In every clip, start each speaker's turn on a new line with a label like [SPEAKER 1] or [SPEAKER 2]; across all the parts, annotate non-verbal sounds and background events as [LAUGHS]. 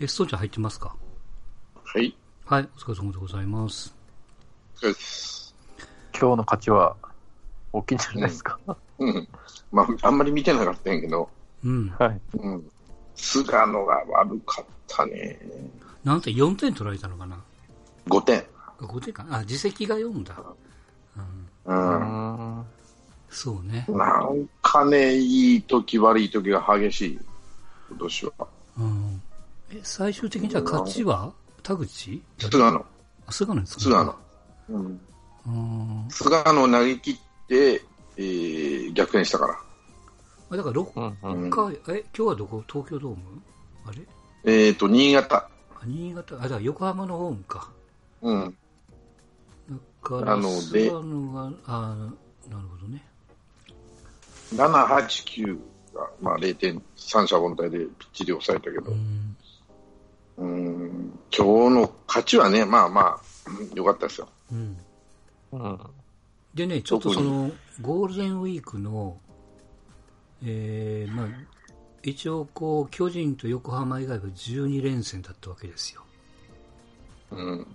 [SPEAKER 1] え、ストちゃん入ってますか
[SPEAKER 2] はい。
[SPEAKER 1] はい、お疲れ様でございます。
[SPEAKER 2] お疲れ様です。
[SPEAKER 3] 今日の勝ちは大きいんじゃないですか。
[SPEAKER 2] うん。まあ、あんまり見てなかったんやけど、
[SPEAKER 1] うん。
[SPEAKER 3] はい。
[SPEAKER 2] うん。菅野が悪かったね。
[SPEAKER 1] なんて4点取られたのかな
[SPEAKER 2] 5点。
[SPEAKER 1] あ ?5 点かなあ、自責が4だ。うん。
[SPEAKER 2] うん。
[SPEAKER 1] そうね。
[SPEAKER 2] なんかね、いい時悪い時が激しい。今年は。
[SPEAKER 1] うん。え、最終的にじゃあ勝ちは田口
[SPEAKER 2] 菅野。
[SPEAKER 1] あ菅野ですね。
[SPEAKER 2] 菅野。。うん。
[SPEAKER 1] うん。
[SPEAKER 2] 菅野を投げ切って、えー、逆転したから。
[SPEAKER 1] あだから6
[SPEAKER 3] うんうん。
[SPEAKER 2] うん
[SPEAKER 1] 回、え、今日はどこ東京ドームあれ
[SPEAKER 2] えっ、と、新潟。
[SPEAKER 1] あ新潟、あ、だから横浜のホームか。
[SPEAKER 2] うん。
[SPEAKER 1] だから、
[SPEAKER 2] なので
[SPEAKER 1] 菅野が、あなるほどね。
[SPEAKER 2] 7、8、9が、まあ、0点、三者凡退でピッチリ抑えたけ
[SPEAKER 1] う
[SPEAKER 2] ど、
[SPEAKER 1] ん。
[SPEAKER 2] うん、今日の勝ちはね、まあまあ、うん良かったですよ。
[SPEAKER 1] うん。
[SPEAKER 3] うん。
[SPEAKER 1] でね、ちょっと
[SPEAKER 2] どこ
[SPEAKER 1] そ
[SPEAKER 2] に
[SPEAKER 1] の、ゴールデンウィークの、えー、まあ、一応こう、巨人と横浜以外は12連戦だったわけですよ。
[SPEAKER 2] うん。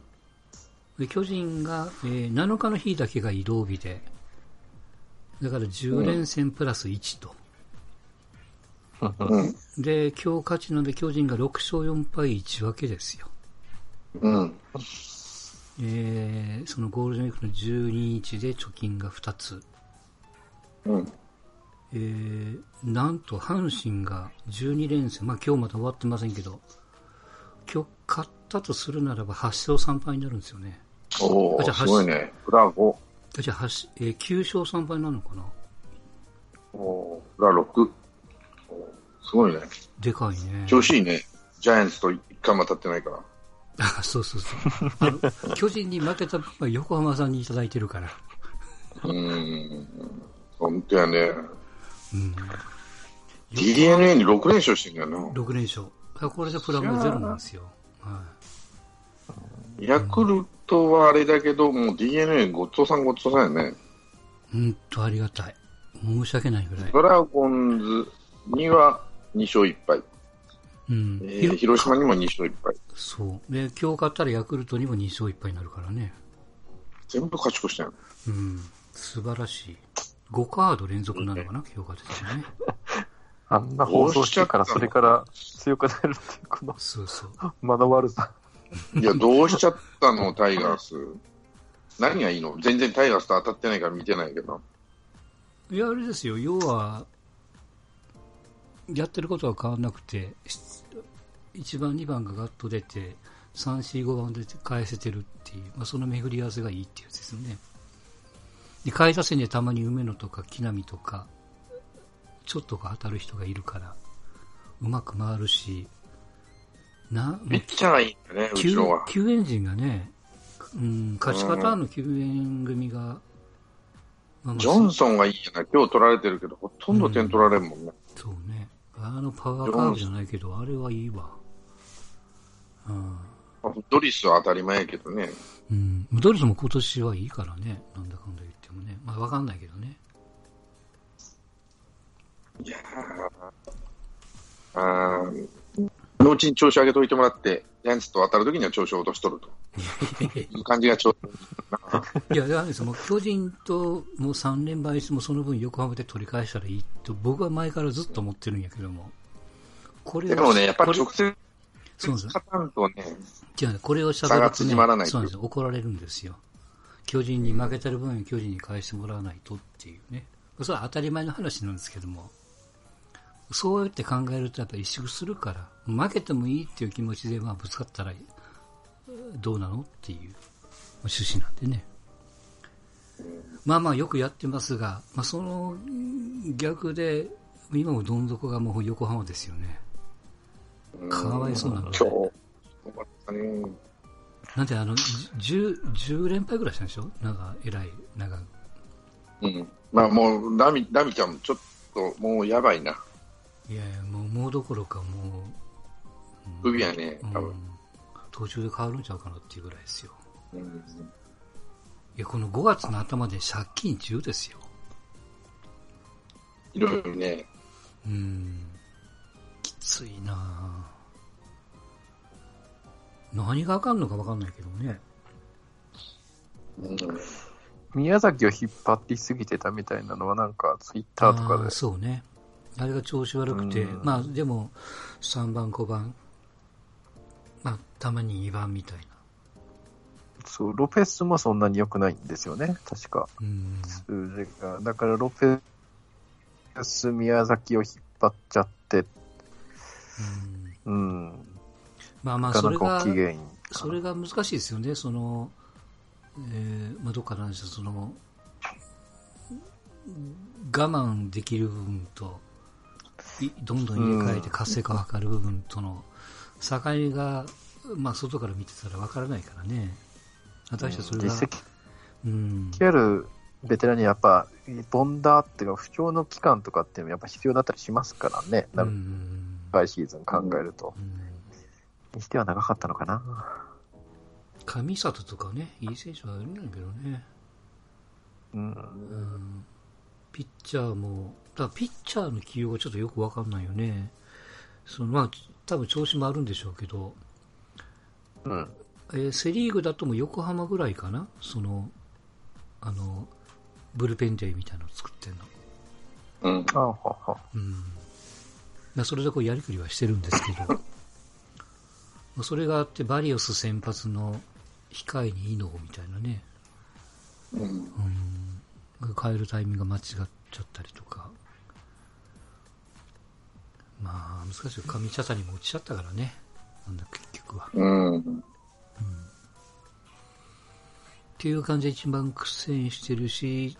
[SPEAKER 1] で巨人が、えー7日の日だけが移動日で、だから10連戦プラス1と。
[SPEAKER 2] うん。
[SPEAKER 1] で、今日勝ちので巨人が6勝4敗1分けですよ。
[SPEAKER 2] うん。
[SPEAKER 1] えー、そのゴールデンウィークの12日で貯金が2つ。
[SPEAKER 2] うん。
[SPEAKER 1] えーなんと阪神が12連戦、まあ、今日まだ終わってませんけど、今日勝ったとするならば8勝3敗になるんですよね。
[SPEAKER 2] お
[SPEAKER 1] あじゃ
[SPEAKER 2] ー
[SPEAKER 1] あ
[SPEAKER 2] すごいね。フラ5。
[SPEAKER 1] じゃあ8、えー9勝3敗になるのかな
[SPEAKER 2] おーフラ6。おーすごいね。
[SPEAKER 1] でかいね。
[SPEAKER 2] 調子いいね。ジャイアンツと一回も当たってないから。
[SPEAKER 1] あ [LAUGHS] そうそうそう。あの、巨人に負けた分は横浜さんにいただいてるから。
[SPEAKER 2] うん。本当やね。
[SPEAKER 1] うん。
[SPEAKER 2] DNA に6連勝してんだよな。
[SPEAKER 1] 6連勝。だからこれでプラマイゼロなんですよ。は
[SPEAKER 2] ヤクルトはあれだけど、もう DNA ごっつおさんごっつおさんやね。
[SPEAKER 1] い。うんとありがたい。申し訳ないぐらい。
[SPEAKER 2] ドラゴンズには2勝1敗。
[SPEAKER 1] うん。
[SPEAKER 2] えー広島にも2勝1敗。
[SPEAKER 1] そう。で、今日勝ったらヤクルトにも2勝1敗になるからね。
[SPEAKER 2] 全部勝ち越したよ。
[SPEAKER 1] うん、素晴らしい。5カード連続なのかな、今日がですね。
[SPEAKER 3] あんな放送してからそれから強くなるっていうこの
[SPEAKER 1] そうそう。
[SPEAKER 3] 間の悪さ。
[SPEAKER 1] [LAUGHS]
[SPEAKER 2] いや、どうしちゃったの、タイガース。何がいいの全然タイガースと当たってないから見てないけど。
[SPEAKER 1] いや、あれですよ、要は、やってることは変わらなくて、1番、2番がガッと出て、3、4、5番で返せてるっていう、まあ、その巡り合わせがいいっていうやつですよね。で、下位打線にはたまに梅野とか木浪とか、ちょっとこう当たる人がいるから、うまく回るし、な、
[SPEAKER 2] ピッチャーがいいんだよね、後
[SPEAKER 1] 救
[SPEAKER 2] ろは。
[SPEAKER 1] 救援陣がね、うん、勝ち方の救援組が、まあまあ
[SPEAKER 2] ジョンソンがいいやな。今日取られてるけど、ほとんど点取られるもんね。
[SPEAKER 1] そうね、あのパワーカーブじゃないけど、あれはいいわ。うん
[SPEAKER 2] ドリスは当たり前やけどね。
[SPEAKER 1] うん、ドリスも今年はいいからね、なんだかんだ言ってもね、まあ、わかんないけどね、
[SPEAKER 2] いやーあーのうちに調子上げといてもらって、ヤンツと当たるときには調子を落としとる
[SPEAKER 1] [LAUGHS]
[SPEAKER 2] と。いう感じがちょうどいい
[SPEAKER 1] いや、だからですもう巨人ともう3連敗しても、その分、横浜で取り返したらいいと、僕は前からずっと思ってるんやけども、これ
[SPEAKER 2] な。で
[SPEAKER 1] を
[SPEAKER 2] もね、やっぱり
[SPEAKER 1] これ
[SPEAKER 2] 直接
[SPEAKER 1] そうです
[SPEAKER 2] 勝たんとね、
[SPEAKER 1] 違うね、これをしゃべ
[SPEAKER 2] 差
[SPEAKER 1] る
[SPEAKER 2] が
[SPEAKER 1] と、ね、
[SPEAKER 2] 縮まらない
[SPEAKER 1] そうなんですよ怒られるんですよ。巨人に負けてる分、巨人に返してもらわないとっていうね。それは当たり前の話なんですけども、そうやって考えるとやっぱ萎縮するから、負けてもいいっていう気持ちで、まあ、ぶつかったらどうなのっていうまあ趣旨なんでね。まあまあよくやってますが、まあそのうん逆で、今もどん底がもう横浜ですよね。かわいそうなの
[SPEAKER 2] 今日、よかったね。
[SPEAKER 1] なんてあの、10、10連敗ぐらいしたんでしょなんか、偉い、なんか、
[SPEAKER 2] うんまあもう、ラミ、ラミちゃんもちょっともうやばいな。
[SPEAKER 1] いやいや、もう、もうどころかも
[SPEAKER 2] 首やね、
[SPEAKER 1] う、うん
[SPEAKER 2] 多分。
[SPEAKER 1] 途中で変わるんちゃうかなっていうぐらいですよ。
[SPEAKER 2] うん
[SPEAKER 1] いや、この5月の頭で借金中ですよ。
[SPEAKER 2] いろいろね、
[SPEAKER 1] うん。きついなぁ何があかんのか分かんないけどね。
[SPEAKER 2] うん
[SPEAKER 3] 宮崎を引っ張っていきすぎてたみたいなのはなんかツイッターとか
[SPEAKER 1] あ
[SPEAKER 3] で
[SPEAKER 1] ーそうね。あれが調子悪くて、
[SPEAKER 3] うん
[SPEAKER 1] まあでも3番、5番、まあたまに2番みたいな。
[SPEAKER 3] そうロペスもそんなに良くないんですよね確か
[SPEAKER 1] うん。
[SPEAKER 3] 数字がだからロペス宮崎を引っ張っちゃって
[SPEAKER 1] うん
[SPEAKER 3] うん
[SPEAKER 1] まあま
[SPEAKER 3] な
[SPEAKER 1] あ
[SPEAKER 3] か
[SPEAKER 1] そ
[SPEAKER 3] な
[SPEAKER 1] れ
[SPEAKER 3] か
[SPEAKER 1] が
[SPEAKER 3] 大きい、原因
[SPEAKER 1] それが難しいですよね。その、えーまあどっかの話でその、我慢できる部分と、いどんどん入れ替えて活性化を図る部分との境が、まあ外から見てたら分からないからね。私はそれが、
[SPEAKER 3] 実績
[SPEAKER 1] うん。
[SPEAKER 3] あるベテランにやっぱボンダーっていうか不調の期間とかっていうのもやっぱ必要だったりしますからね、
[SPEAKER 1] う
[SPEAKER 3] 長い
[SPEAKER 1] ん
[SPEAKER 3] シーズン考えると
[SPEAKER 1] う、ん
[SPEAKER 3] にしては長かったのかな
[SPEAKER 1] 神里とかね、いい選手はいるんだけどね。
[SPEAKER 3] うん
[SPEAKER 1] うんピッチャーも、だからピッチャーの起用がちょっとよくわかんないよね。そのまあ、多分調子もあるんでしょうけど、
[SPEAKER 3] うん
[SPEAKER 1] えーセリーグだともう横浜ぐらいかなその、あの、ブルペンデーみたいなの作ってんの。
[SPEAKER 2] うん
[SPEAKER 3] あはは
[SPEAKER 1] うん。まあ、それでこうやりくりはしてるんですけど、 [LAUGHS] まあそれがあって、バリオス先発の控えにイノみたいなね。
[SPEAKER 2] うん
[SPEAKER 1] うん変えるタイミングが間違っちゃったりとか。まあ、難しい。神茶谷も落ちちゃったからね。なんだ、結局は。っ
[SPEAKER 2] うん
[SPEAKER 1] ていう感じで一番苦戦してるし、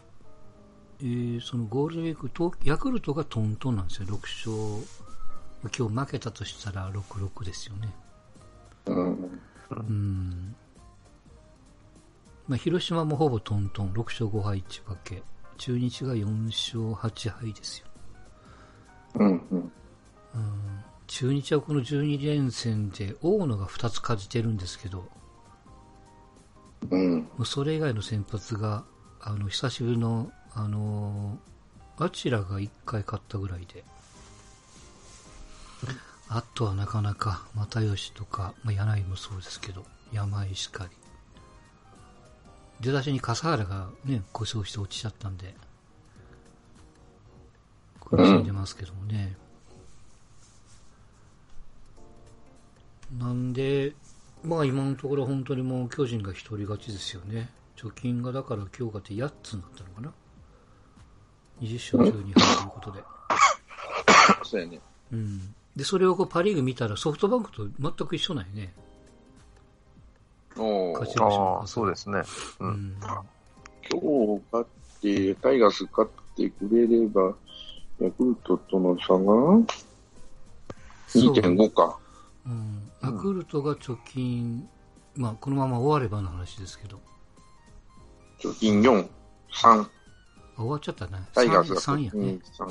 [SPEAKER 1] えーそのゴールデンウィーク東、ヤクルトがトントンなんですよ。6勝。今日負けたとしたら6-6ですよね。
[SPEAKER 2] うん
[SPEAKER 1] うん。まあ、広島もほぼトントン。6勝5敗1分け。中日が4勝8敗ですよ。
[SPEAKER 2] うんうん
[SPEAKER 1] 中日はこの12連戦で大野が2つ勝ちてるんですけど、も
[SPEAKER 2] うん
[SPEAKER 1] うそれ以外の先発が、あの、久しぶりの、あのー、アチラが1回勝ったぐらいで、あとはなかなか、又吉とか、まあ、柳井もそうですけど、山井しかり。出だしに笠原がね、故障して落ちちゃったんで、苦しんでますけどもね。なんで、まあ今のところ本当にもう巨人が一人勝ちですよね。貯金がだから今日勝って8つになったのかな。20勝12敗ということで。
[SPEAKER 2] そうやね
[SPEAKER 1] うん。で、それをこうパリーグ見たらソフトバンクと全く一緒なんよね。
[SPEAKER 2] おー
[SPEAKER 1] 勝ち星の
[SPEAKER 3] ああ
[SPEAKER 1] 数
[SPEAKER 3] そうですねう
[SPEAKER 1] うんん。
[SPEAKER 2] 今日勝って、タイガース勝ってくれれば、ヤクルトとの差が
[SPEAKER 1] そう
[SPEAKER 2] 2.5か。
[SPEAKER 1] うん。ヤクルトが貯金、まあこのまま終わればの話ですけど、
[SPEAKER 2] 貯金4、3、
[SPEAKER 1] あ終わっちゃったね。
[SPEAKER 2] タイガースが
[SPEAKER 1] 3や
[SPEAKER 2] 貯金
[SPEAKER 1] ね。
[SPEAKER 2] 3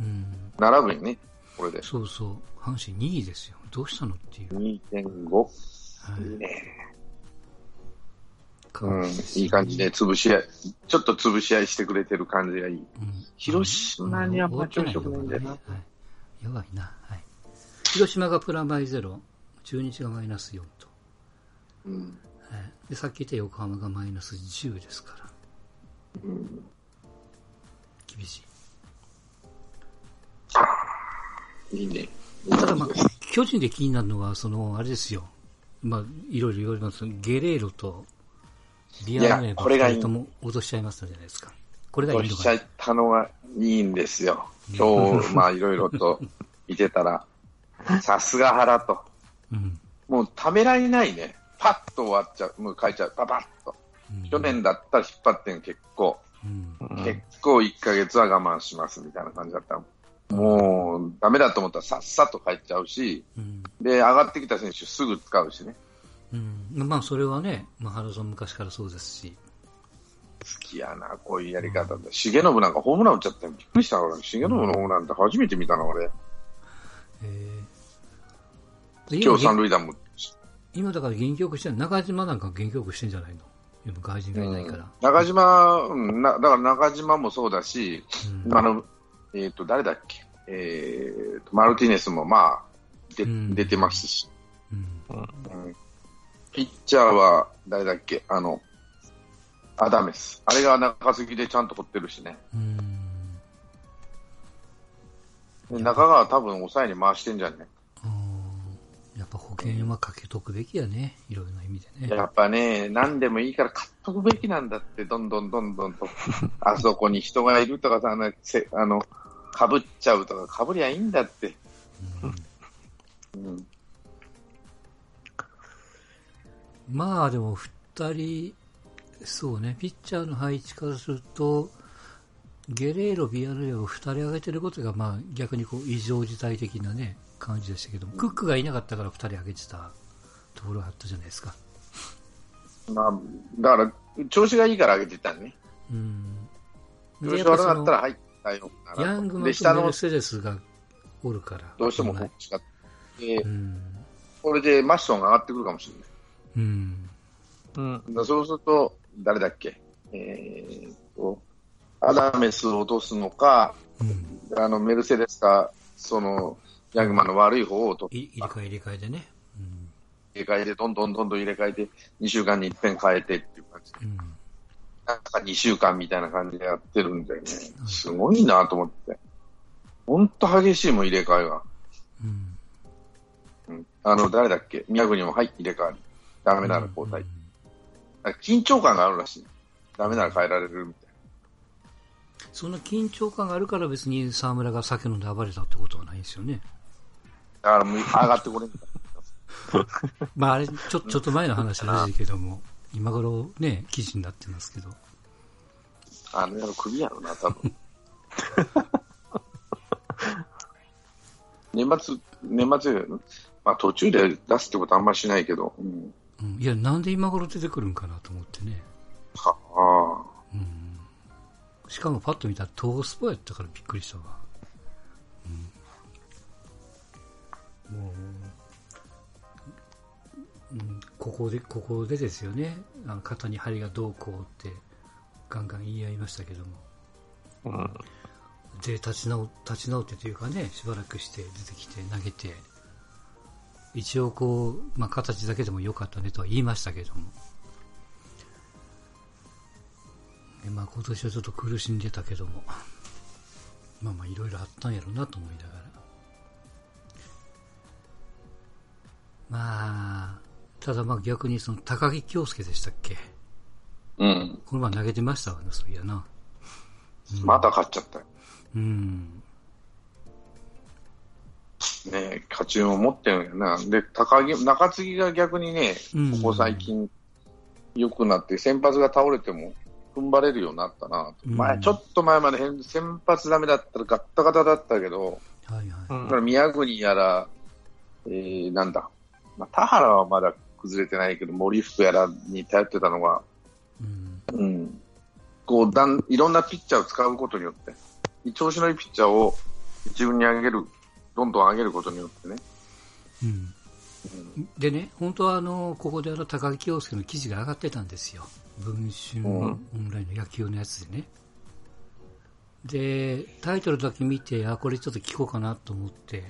[SPEAKER 1] うん。
[SPEAKER 2] 並ぶよね、これで。
[SPEAKER 1] そうそう。阪神2位ですよ。どうしたのっていう。
[SPEAKER 2] 2.5。
[SPEAKER 1] はい
[SPEAKER 2] いね。
[SPEAKER 1] 感
[SPEAKER 2] うん、
[SPEAKER 1] じですよね
[SPEAKER 2] いい感じで潰し合い、ちょっと潰し合いしてくれてる感じがいい。
[SPEAKER 1] うん
[SPEAKER 2] 広島にあんま調子良くないんだよな
[SPEAKER 1] はい、弱いな、はい。広島がプラマイゼロ、中日がマイナス4と、
[SPEAKER 2] うん。
[SPEAKER 1] はいで、さっき言った横浜がマイナス10ですから、
[SPEAKER 2] うん、
[SPEAKER 1] 厳しい。
[SPEAKER 2] いいね。
[SPEAKER 1] ただ、まあ、巨人で気になるのは、その、あれですよ。まあ、いろいろ言われますけどゲレーロとビアルネ
[SPEAKER 2] いや
[SPEAKER 1] バ
[SPEAKER 2] これがいい
[SPEAKER 1] 二人とも落としちゃいましたじゃないですか。これがい
[SPEAKER 2] と
[SPEAKER 1] いの
[SPEAKER 2] し
[SPEAKER 1] か
[SPEAKER 2] ちゃ
[SPEAKER 1] な。
[SPEAKER 2] ったのがいいんですよ。今日、まあいろいろと見てたら、さすが原と。
[SPEAKER 1] うん。
[SPEAKER 2] もうためらいないね。パッと終わっちゃう。もう書いちゃう。パパッと。
[SPEAKER 1] うん
[SPEAKER 2] 去。年だったら引っ張ってん結構。
[SPEAKER 1] うん。
[SPEAKER 2] 結構1ヶ月は我慢しますみたいな感じだったのもう、ダメだと思ったらさっさと帰っちゃうし、
[SPEAKER 1] うん。
[SPEAKER 2] で、上がってきた選手すぐ使うしね。
[SPEAKER 1] うん。まあ、それはね、まあ、原さん昔からそうですし、
[SPEAKER 2] 好きやな、こういうやり方で。重信なんかホームラン打っちゃったよ。びっくりした、俺。重信のホームランって初めて見たな、俺。
[SPEAKER 1] えー
[SPEAKER 2] 今日三塁打も。
[SPEAKER 1] 今だから元気よくしてる中島なんか元気よくしてんじゃないの今外人がいないから。
[SPEAKER 2] 中島、うん、な、だから中島もそうだし、
[SPEAKER 1] うん
[SPEAKER 2] あの、えっ、と、誰だっけえっ、と、マルティネスもまあ、で
[SPEAKER 1] うん
[SPEAKER 2] 出てますし、
[SPEAKER 1] うん
[SPEAKER 2] うんピッチャーは誰だっけあの、アダメス。あれが中継ぎでちゃんと取ってるしね。
[SPEAKER 1] うん。
[SPEAKER 2] で中川多分抑えに回してんじゃんね。
[SPEAKER 1] やっぱ保険はかけとくべきやね。いろいろな意味でね
[SPEAKER 2] や。っぱね、何でもいいから買っとくべきなんだって、どんどんどんどんと。
[SPEAKER 1] [LAUGHS]
[SPEAKER 2] あそこに人がいるとかさ、あの、せあのかぶっちゃうとか、かぶりゃいいんだって。うん。
[SPEAKER 1] まあでも二人、そうね、ピッチャーの配置からすると、ゲレーロ、ビアレーを二人上げてることが、まあ逆にこう異常事態的なね、感じでしたけども、クックがいなかったから二人上げてたところがあったじゃないですか。
[SPEAKER 2] まあ、だから、調子がいいから上げてたね。
[SPEAKER 1] うん。
[SPEAKER 2] 調
[SPEAKER 1] でや
[SPEAKER 2] 子
[SPEAKER 1] っぱ
[SPEAKER 2] 悪
[SPEAKER 1] そ
[SPEAKER 2] か
[SPEAKER 1] の
[SPEAKER 2] ったら、はい、対応なら
[SPEAKER 1] ヤングマ
[SPEAKER 2] で、
[SPEAKER 1] ンと
[SPEAKER 2] 下
[SPEAKER 1] メ
[SPEAKER 2] の
[SPEAKER 1] ル、セデスがおるから。
[SPEAKER 2] どうしても
[SPEAKER 1] 危
[SPEAKER 2] 欲
[SPEAKER 1] ない
[SPEAKER 2] しかった。で
[SPEAKER 1] う、ん。
[SPEAKER 2] これでマッションが上がってくるかもしれない。
[SPEAKER 1] うん。
[SPEAKER 3] うん。
[SPEAKER 2] だからそうすると、誰だっけえーっと、アダメスを落とすのか、
[SPEAKER 1] うん。
[SPEAKER 2] あの、メルセデスか、その、ヤングマンの悪い方を取
[SPEAKER 1] い入れ替え入れ替えでね。うん。
[SPEAKER 2] り替えて、どんどんどんどん入れ替えて、2週間に一遍変えてっていう感じで、
[SPEAKER 1] うん。
[SPEAKER 2] なんか2週間みたいな感じでやってるんだよね。すごいなと思って。ほんと激しいもん、入れ替えが。
[SPEAKER 1] うん。
[SPEAKER 2] うん。あの、誰だっけ宮国も、はい、入れ替わり。ダメなら交代。
[SPEAKER 1] うん
[SPEAKER 2] なんか緊張感があるらしい。ダメなら変えられるみたい
[SPEAKER 1] その緊張感があるから別に沢村が酒飲んで暴れたってことはないですよね。 [LAUGHS]
[SPEAKER 2] な。だからもう上がってこれんみたいな。
[SPEAKER 1] まああれ、ちょ、ちょっと前の話らしいけども、今頃ね、記事になってますけど。
[SPEAKER 2] あの野郎首やろな、多分。 [LAUGHS] 年末、年末、まあ途中で出すってことあんましないけど、うん、
[SPEAKER 1] うん。いや、なんで今頃出てくるんかなと思ってね。
[SPEAKER 2] はあ
[SPEAKER 1] うん。しかもパッと見たら東スポやったからびっくりしたわ。うん。もう、うん、ここで、ここでですよね。あの肩に針がどうこうって、ガンガン言い合いましたけども。
[SPEAKER 3] うん。
[SPEAKER 1] で立ち直立ち直ってというかねしばらくして出てきて投げて一応こう、まあ、形だけでも良かったねとは言いましたけどもで、まあ、今年はちょっと苦しんでたけどもまあまあいろいろあったんやろうなと思いながらまあただまあ逆にその高木京介でしたっけ
[SPEAKER 2] うん。
[SPEAKER 1] この前投げてましたわねそういやな
[SPEAKER 2] また勝っちゃったよ。
[SPEAKER 1] うん
[SPEAKER 2] ね勝ちを持ってるんやな。で、高木、中継ぎが逆にね、
[SPEAKER 1] うん
[SPEAKER 2] ここ最近良くなって、先発が倒れても踏ん張れるようになったな。
[SPEAKER 1] うん
[SPEAKER 2] 前、ちょっと前まで変先発ダメだったらガッタガタだったけど、
[SPEAKER 1] はいはい、
[SPEAKER 2] だから宮国やら、えー、なんだ、まあ、田原はまだ崩れてないけど、森福やらに頼ってたのが、
[SPEAKER 1] うん
[SPEAKER 2] うん、こうだんいろんなピッチャーを使うことによって、調子のいいピッチャーを一軍に上げる、どんどん上げることによってね、
[SPEAKER 1] うんでね、本当はあのここであの高木京介の記事が上がってたんですよ、文春
[SPEAKER 2] うん
[SPEAKER 1] オンラインの野球のやつでね。で、タイトルだけ見て、あ、これちょっと聞こうかなと思って、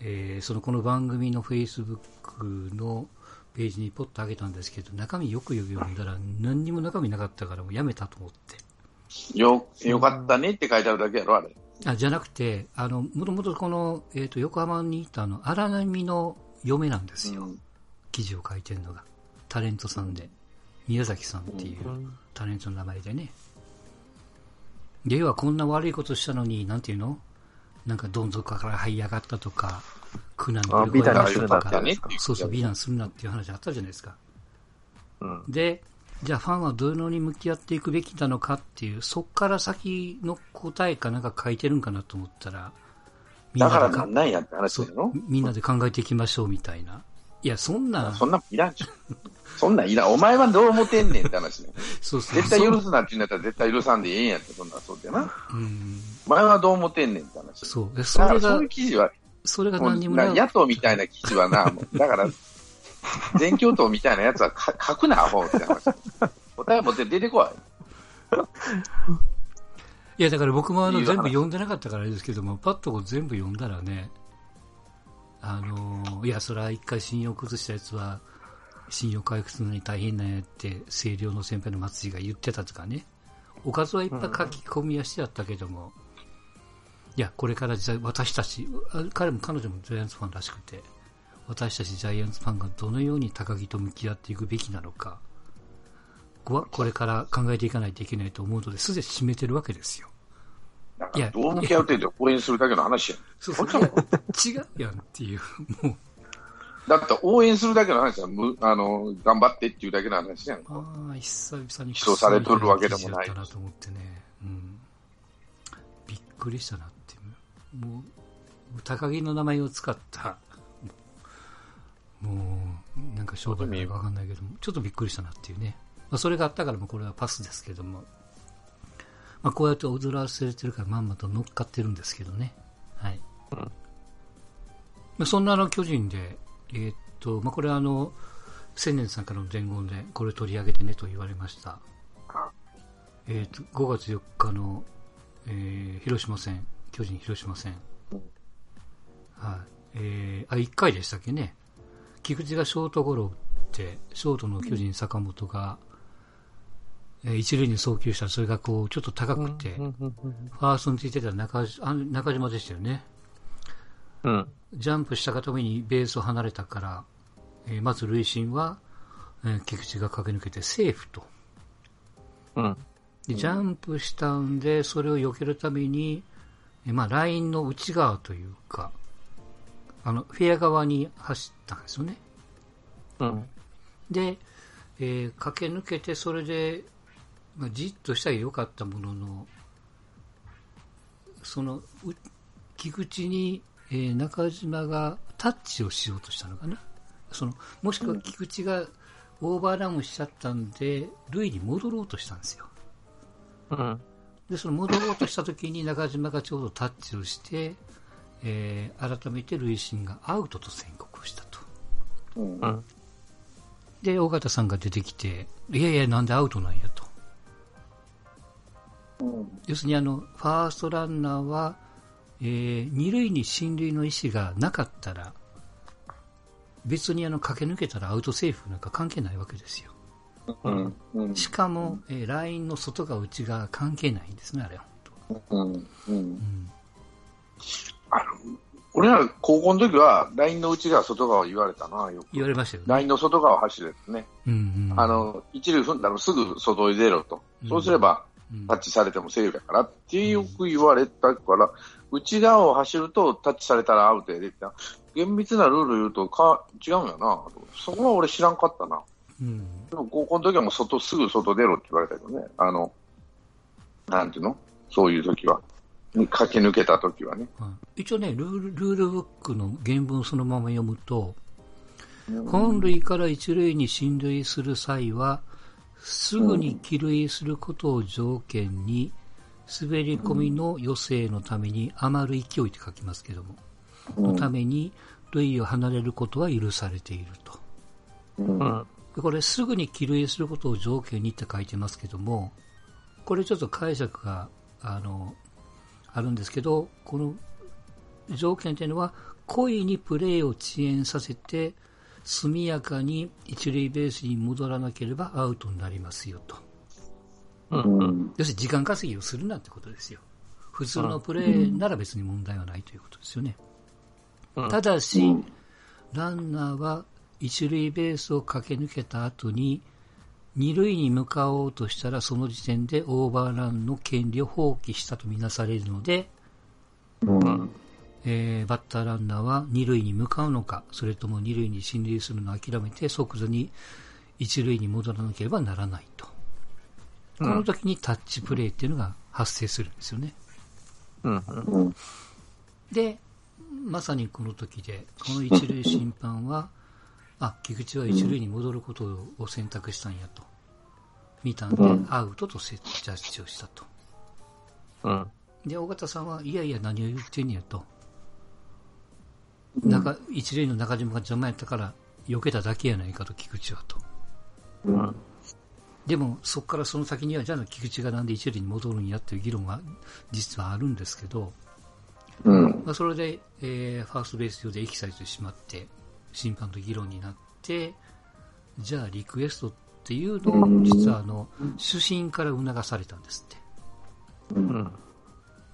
[SPEAKER 1] えーそのこの番組の Facebook のページにポッと上げたんですけど、中身よく読んだら、何にも中身なかったから、もうやめたと思って。
[SPEAKER 2] よよかったねって書いてあるだけやろ、あれ。
[SPEAKER 1] あじゃなくて、あのもともとこの、えー、と横浜にいたあの荒波の嫁なんですよ。
[SPEAKER 2] うん
[SPEAKER 1] 記事を書いてるのがタレントさんで宮崎さんっていううんタレントの名前でねで要はこんな悪いことしたのになんていうのなんかどん底から這い上がったとか苦難を乗り越えましたと
[SPEAKER 3] あ美談するなって
[SPEAKER 1] か
[SPEAKER 3] やつです
[SPEAKER 2] か
[SPEAKER 1] そうそう美談するなっていう話あったじゃないですか
[SPEAKER 3] うん。
[SPEAKER 1] でじゃあファンはどのように向き合っていくべきなのかっていうそっから先の答えかなんか書いてるんかなと思ったらみん
[SPEAKER 2] だ
[SPEAKER 1] な
[SPEAKER 2] から
[SPEAKER 1] で
[SPEAKER 2] なんないやって話
[SPEAKER 1] そ
[SPEAKER 2] だ
[SPEAKER 1] う
[SPEAKER 2] よ。
[SPEAKER 1] みんなで考えていきましょうみたいないやそんな
[SPEAKER 2] そんなんいらんじゃん。そんなんいらん。お前はどう思ってんねんって話
[SPEAKER 1] [LAUGHS]
[SPEAKER 2] ね。
[SPEAKER 1] そうそう
[SPEAKER 2] 絶対許すなって言うんだったら絶対許さんでええんやって、そんなんそうだよな。
[SPEAKER 1] うん
[SPEAKER 2] お前はどう思ってんねんって話。
[SPEAKER 1] そう。でそ
[SPEAKER 2] だか
[SPEAKER 1] れ
[SPEAKER 2] ら
[SPEAKER 1] が
[SPEAKER 2] そういう、記事は、
[SPEAKER 1] それが
[SPEAKER 2] もう
[SPEAKER 1] 何にも
[SPEAKER 2] な
[SPEAKER 1] ない。
[SPEAKER 2] 野党みたいな記事
[SPEAKER 1] [LAUGHS]
[SPEAKER 2] はな、もうだから、全共闘みたいなやつはか書くな、アホって話。答え持って出てこ
[SPEAKER 1] いや、だから僕もあの
[SPEAKER 2] いい
[SPEAKER 1] 全部
[SPEAKER 2] 話
[SPEAKER 1] 読んでなかったからあれですけども、パッとこう全部読んだらね、あのーいや、それは一回信用崩したやつは、信用回復するのに大変なんやって、星稜の先輩の松井が言ってたとかね、おかずはいっぱい書き込みはしてあったけども、いや、これからじゃ私たち、あ彼も彼女もジャイアンツファンらしくて、私たちジャイアンツファンがどのように高木と向き合っていくべきなのか、こわこれから考えていかないといけないと思うので、すでに締めてるわけですよ。
[SPEAKER 2] なん
[SPEAKER 1] いや
[SPEAKER 2] か、どう向き合う程度応援するだけの話やん。
[SPEAKER 1] そうそう [LAUGHS] 違うやんっていう、もう。
[SPEAKER 2] だって応援するだけの話やん。むあの、頑張ってっていうだけの話やん。
[SPEAKER 1] ああ、久々に
[SPEAKER 2] 起訴されとるわけでもない
[SPEAKER 1] 記事やったなと思ってね、うん、びっくりしたなっていう、もう、高木の名前を使った、もう、なんか商売なのかわかんないけども、ちょっとびっくりしたなっていうね、まあ、それがあったから、もうこれはパスですけども、まあ、こうやって踊らせてるから、まんまと乗っかってるんですけどね。はいまあ、そんなあの巨人で、えーっとまあ、これはあの千年さんからの伝言でこれ取り上げてねと言われました、えーっと5月4日の、えー広島戦巨人広島戦、はいえー、あ1回でしたっけね菊池がショートゴロを打ってショートの巨人坂本が、えー一塁に送球したらそれがこうちょっと高くて、ファーストについてた中あ中島でしたよね、
[SPEAKER 3] うん。
[SPEAKER 1] ジャンプしたがためにベースを離れたから、えーまず塁審は、えー菊池が駆け抜けてセーフと。
[SPEAKER 3] うん。
[SPEAKER 1] でジャンプしたんで、それを避けるために、えーまあ、ラインの内側というか、あの、フェア側に走ったんですよね。
[SPEAKER 3] うん。
[SPEAKER 1] で、えー駆け抜けて、それで、まあ、じっとしたら良かったものの、その、う菊池に、えー中島がタッチをしようとしたのかな。その、もしくは菊池がオーバーランをしちゃったんで、塁に戻ろうとしたんですよ。
[SPEAKER 3] うん。
[SPEAKER 1] で、その戻ろうとした時に中島がちょうどタッチをして、えー改めて塁審がアウトと宣告をしたと。
[SPEAKER 2] うん
[SPEAKER 3] うん。
[SPEAKER 1] で、尾形さんが出てきて、いやいや、なんでアウトなんやと。要するにあの、ファーストランナーは、えー二塁に進塁の意思がなかったら、別にあの、駆け抜けたらアウトセーフなんか関係ないわけですよ。
[SPEAKER 2] うん。うん。
[SPEAKER 1] しかも、えーラインの外が内側関係ないんですね、あれは。
[SPEAKER 2] うん。うん。
[SPEAKER 1] うん。
[SPEAKER 2] あの、俺ら高校の時は、ラインの内側、外側を言われたな、よく。
[SPEAKER 1] 言われましたよね。
[SPEAKER 2] ラインの外側を走れってね。
[SPEAKER 1] うんうん。
[SPEAKER 2] あ、の、一塁踏んだらすぐ外へ出ろと。そうすれば、
[SPEAKER 1] うん
[SPEAKER 2] タッチされてもセーフだからってよく言われたから、内側を走るとタッチされたらアウトやでってな、厳密なルール言うとか違うんやなと。そこは俺知らんかったな。
[SPEAKER 1] うん。
[SPEAKER 2] でも高校の時はもう外、すぐ外出ろって言われたけどね。あの、なんていうのそういう時は。駆け抜けた時はね。
[SPEAKER 1] はい一応ねルール、ルールブックの原文をそのまま読むと、
[SPEAKER 2] うん
[SPEAKER 1] 本塁から一塁に進塁する際は、すぐに帰塁することを条件に、滑り込みの余生のために、余る勢いって書きますけども、のために、塁を離れることは許されていると。
[SPEAKER 3] うん。
[SPEAKER 1] でこれ、すぐに帰塁することを条件にって書いてますけども、これちょっと解釈が、あの、あるんですけど、この条件というのは、故意にプレーを遅延させて、速やかに一塁ベースに戻らなければアウトになりますよと。
[SPEAKER 2] うん。
[SPEAKER 1] 要するに時間稼ぎをするなってことですよ。普通のプレーなら別に問題はないということですよね。
[SPEAKER 3] うん
[SPEAKER 1] ただし、
[SPEAKER 2] うん
[SPEAKER 1] ランナーは一塁ベースを駆け抜けた後に、二塁に向かおうとしたらその時点でオーバーランの権利を放棄したとみなされるので、
[SPEAKER 2] うん。
[SPEAKER 1] えーバッターランナーは二塁に向かうのか、それとも二塁に進塁するのを諦めて即座に一塁に戻らなければならないと。この時にタッチプレーっていうのが発生するんですよね。
[SPEAKER 3] うん。
[SPEAKER 2] うん。
[SPEAKER 1] で、まさにこの時で、この一塁審判は、あ、菊池は一塁に戻ることを選択したんやと。見たんで、アウトとジャッジをしたと。
[SPEAKER 3] うん。
[SPEAKER 1] で、尾形さんは、いやいや、何を言ってんねやと。中一塁の中島が邪魔やったから、避けただけやないかと、菊池はと。
[SPEAKER 3] うん。
[SPEAKER 1] でも、そこからその先には、じゃあ、菊池がなんで一塁に戻るんやっていう議論が実はあるんですけど、
[SPEAKER 2] うん。
[SPEAKER 1] まあ、それで、えーファーストベース上でエキサイトしてしまって、審判と議論になって、じゃあリクエストっていうのを実はあの主審から促されたんですって
[SPEAKER 3] うん。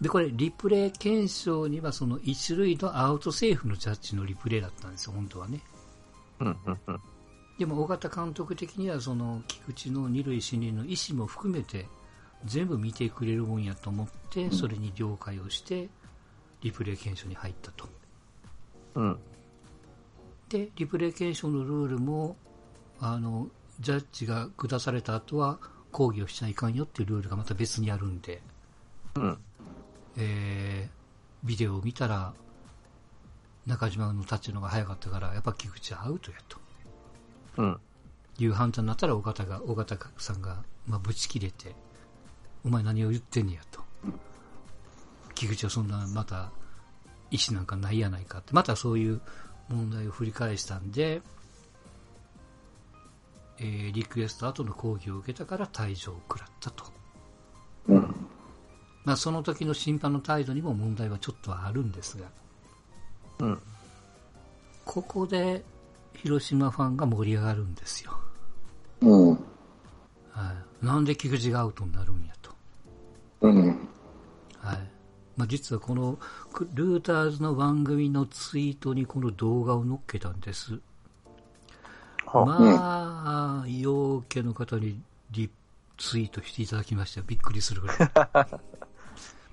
[SPEAKER 1] でこれリプレイ検証にはその一種類のアウトセーフのジャッジのリプレイだったんですよ本当はね
[SPEAKER 3] うん。うん。うん。
[SPEAKER 1] でも尾形監督的にはその菊池の二塁主任の意思も含めて全部見てくれるもんやと思ってそれに了解をしてリプレイ検証に入ったと
[SPEAKER 3] うん。
[SPEAKER 1] でリプレイ検証のルールもあのジャッジが下された後は抗議をしちゃいかんよっていうルールがまた別にあるんで、
[SPEAKER 3] うん。
[SPEAKER 1] えービデオを見たら中島の立ちのが早かったからやっぱ菊池はアウトやと
[SPEAKER 3] うん。
[SPEAKER 1] いう判断になったら尾形が尾形さんが、まあ、ぶち切れてお前何を言ってんねやと菊池はそんなまた意思なんかないやないかってまたそういう問題を振り返したんで、えーリクエスト後の抗議を受けたから退場を食らったと、まあ、その時の審判の態度にも問題はちょっとはあるんですが
[SPEAKER 3] うん。
[SPEAKER 1] ここで広島ファンが盛り上がるんですよ
[SPEAKER 2] うん。
[SPEAKER 1] はい、なんで菊池がアウトになるんやと、
[SPEAKER 2] うん。
[SPEAKER 1] はいまあ、実はこのくルーターズの番組のツイートにこの動画を載っけたんです
[SPEAKER 3] は
[SPEAKER 1] まあ陽家の方にリツイートしていただきましたよびっくりする
[SPEAKER 2] [LAUGHS]
[SPEAKER 1] ぐらいま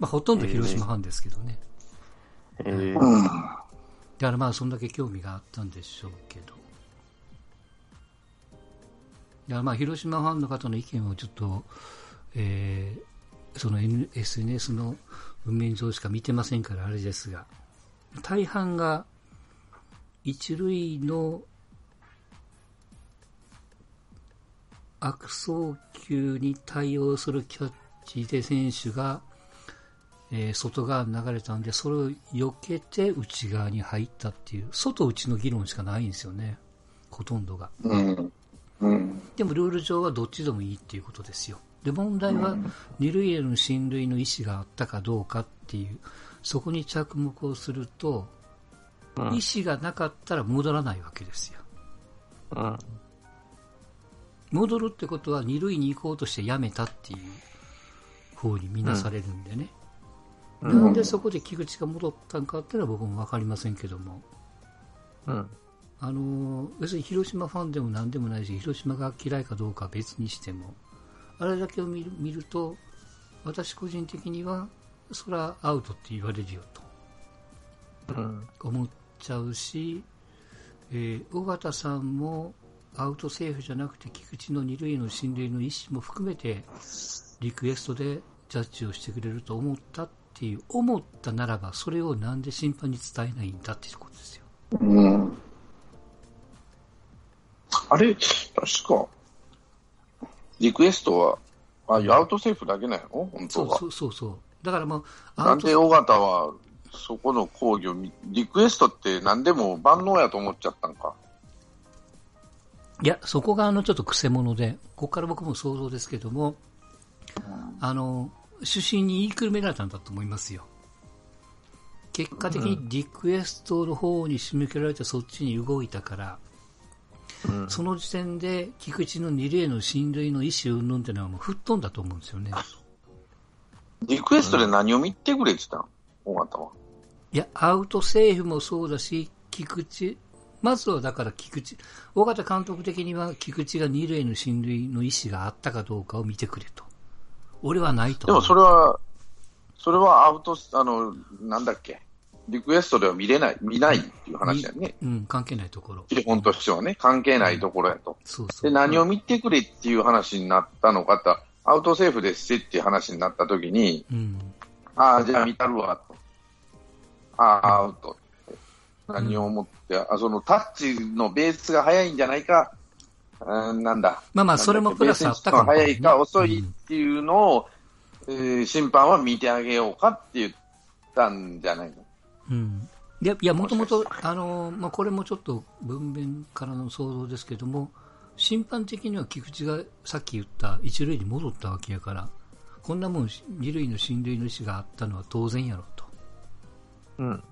[SPEAKER 1] あほとんど広島ファンですけどね、
[SPEAKER 3] ええ。
[SPEAKER 2] うん。
[SPEAKER 1] だからまあそんだけ興味があったんでしょうけどだからまあ広島ファンの方の意見をちょっと、えーその N SNS の文面上しか見てませんからあれですが大半が一塁の悪送球に対応するキャッチで選手がえー外側に流れたんで、それを避けて内側に入ったっていう、外内の議論しかないんですよね。ほとんどが。
[SPEAKER 2] うん。うん。
[SPEAKER 1] でもルール上はどっちでもいいっていうことですよ。で、問題は二塁への進塁の意思があったかどうかっていう、そこに着目をすると、
[SPEAKER 3] うん
[SPEAKER 1] 意思がなかったら戻らないわけですよ。
[SPEAKER 3] うん。
[SPEAKER 1] 戻るってことは二塁に行こうとしてやめたっていう方に見なされるんでね、
[SPEAKER 3] うん
[SPEAKER 1] なんでそこで菊池が戻ったんかっていうのは僕も分かりませんけども、
[SPEAKER 3] うん。
[SPEAKER 1] あのー別に広島ファンでも何でもないし広島が嫌いかどうかは別にしてもあれだけを見る見ると私個人的にはそれはアウトって言われるよと
[SPEAKER 3] うん。
[SPEAKER 1] 思っちゃうし、えー尾形さんもアウトセーフじゃなくて菊池の二塁への進塁の意思も含めてリクエストでジャッジをしてくれると思ったっていう思ったならばそれをなんで審判に伝えないんだっていうことですよ
[SPEAKER 2] うん。あれ、確か、リクエストは、あアウトセーフだけなの本
[SPEAKER 1] そ
[SPEAKER 2] 当
[SPEAKER 1] う
[SPEAKER 2] は
[SPEAKER 1] そ。うそうそうだからもうア
[SPEAKER 2] な
[SPEAKER 1] ウ
[SPEAKER 2] ん
[SPEAKER 1] ト
[SPEAKER 2] で尾形は、そこの抗議を見、リクエストって何でも万能やと思っちゃったんか。
[SPEAKER 1] いやそこがあのちょっとくせ者でここから僕も想像ですけどもあの主審に言いくるめられたんだと思いますよ結果的にリクエストの方に締め切られてそっちに動いたから、
[SPEAKER 3] うん
[SPEAKER 1] その時点で菊池の二塁への進塁の意思云々ってのはもう吹っ飛んだと思うんですよね
[SPEAKER 2] リクエストで何を見てくれって言ったの尾形は。
[SPEAKER 1] いや、アウトセーフもそうだし、菊池、まずはだから菊池、尾形監督的には菊池が二塁への進塁の意思があったかどうかを見てくれと。俺はないと。
[SPEAKER 2] でもそれは、それはアウト、あの、なんだっけ、リクエストでは見れない、見ないっていう話だよね。
[SPEAKER 1] うん、関係ないところ。
[SPEAKER 2] 基本としてはね、関係ないところやと。
[SPEAKER 1] そうそ
[SPEAKER 2] で、
[SPEAKER 1] う。
[SPEAKER 2] 何を見てくれっていう話になったのかと、アウトセーフですっていう話になった時に、
[SPEAKER 1] うん。
[SPEAKER 2] ああ、じゃあ見たるわ、と。ああ、アウトって。何を思って、あそのタッチのベースが早いんじゃないか、うーん、なんだ。
[SPEAKER 1] まあまあ、それもプラスあったかも、
[SPEAKER 2] 早いか遅い
[SPEAKER 1] うん
[SPEAKER 2] っていうのを、えー審判は見てあげようかって言ったんじゃないの
[SPEAKER 1] うん、いやいや、もともと、あのまあ、これもちょっと文面からの想像ですけども、審判的には菊池がさっき言った一塁に戻ったわけやから、こんなもん二塁の進塁の意思があったのは当然やろと。
[SPEAKER 3] うん。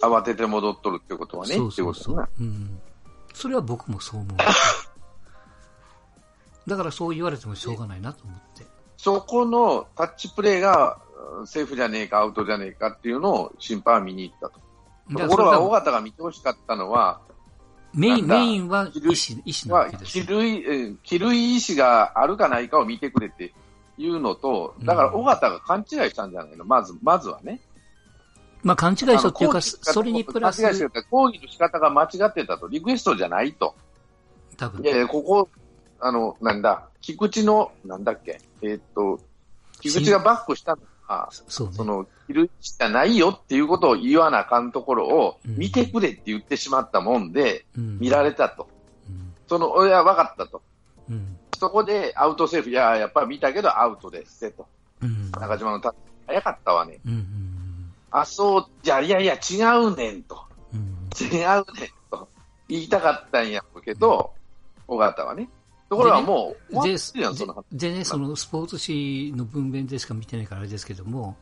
[SPEAKER 2] 慌てて戻っとるってことはね、
[SPEAKER 1] そうそう
[SPEAKER 2] って
[SPEAKER 1] そ
[SPEAKER 2] いう
[SPEAKER 1] う
[SPEAKER 2] ことだな。
[SPEAKER 1] うん。それは僕もそう思う。だからそう言われてもしょうがないなと思って。
[SPEAKER 2] そこのタッチプレーがうんセーフじゃねえか、アウトじゃねえかっていうのを審判は見に行ったと。ところが、尾
[SPEAKER 1] は
[SPEAKER 2] 形が見てほしかったのは、
[SPEAKER 1] メイン、
[SPEAKER 2] な
[SPEAKER 1] メイ
[SPEAKER 2] んだ
[SPEAKER 1] ンは医師、医師な
[SPEAKER 2] ま
[SPEAKER 1] わ
[SPEAKER 2] あ
[SPEAKER 1] けです
[SPEAKER 2] 気
[SPEAKER 1] よ。
[SPEAKER 2] 類えー気類意思があるかないかを見てくれっていうのと、だから
[SPEAKER 1] うん
[SPEAKER 2] 尾形が勘違いしたんじゃないの、まずまずはね。
[SPEAKER 1] まあ勘違いしたっていう
[SPEAKER 2] あ
[SPEAKER 1] か、
[SPEAKER 2] の
[SPEAKER 1] それにプラス、
[SPEAKER 2] 勘違いしてた抗議の仕方が間違ってたと、リクエストじゃないと。
[SPEAKER 1] 多分
[SPEAKER 2] い、やいやここ、あの、なんだ、菊池の、なんだっけ、えーっと、菊池がバックしたのは、
[SPEAKER 1] そう
[SPEAKER 2] そ
[SPEAKER 1] ね。
[SPEAKER 2] の、いるじゃないよっていうことを言わなあかんところを、
[SPEAKER 1] うん
[SPEAKER 2] 見てくれって言ってしまったもんで、
[SPEAKER 1] うん
[SPEAKER 2] 見られたと。
[SPEAKER 1] うん
[SPEAKER 2] その、俺は分かったと。
[SPEAKER 1] うん。
[SPEAKER 2] そこでアウトセーフ、いや、やっぱり見たけどアウトですってと。
[SPEAKER 1] うん。
[SPEAKER 2] 中島のタッチ、早かったわね。
[SPEAKER 1] うんうん
[SPEAKER 2] あ、そう、じゃあいやいや、違うねんと。
[SPEAKER 1] うんうん
[SPEAKER 2] 違うねんと。言いたかったんやろうけど、尾形はね。ところがもう、終
[SPEAKER 1] で
[SPEAKER 2] わってるやん、その話。
[SPEAKER 1] ででね、そのスポーツ紙の文面でしか見てないからあれですけども、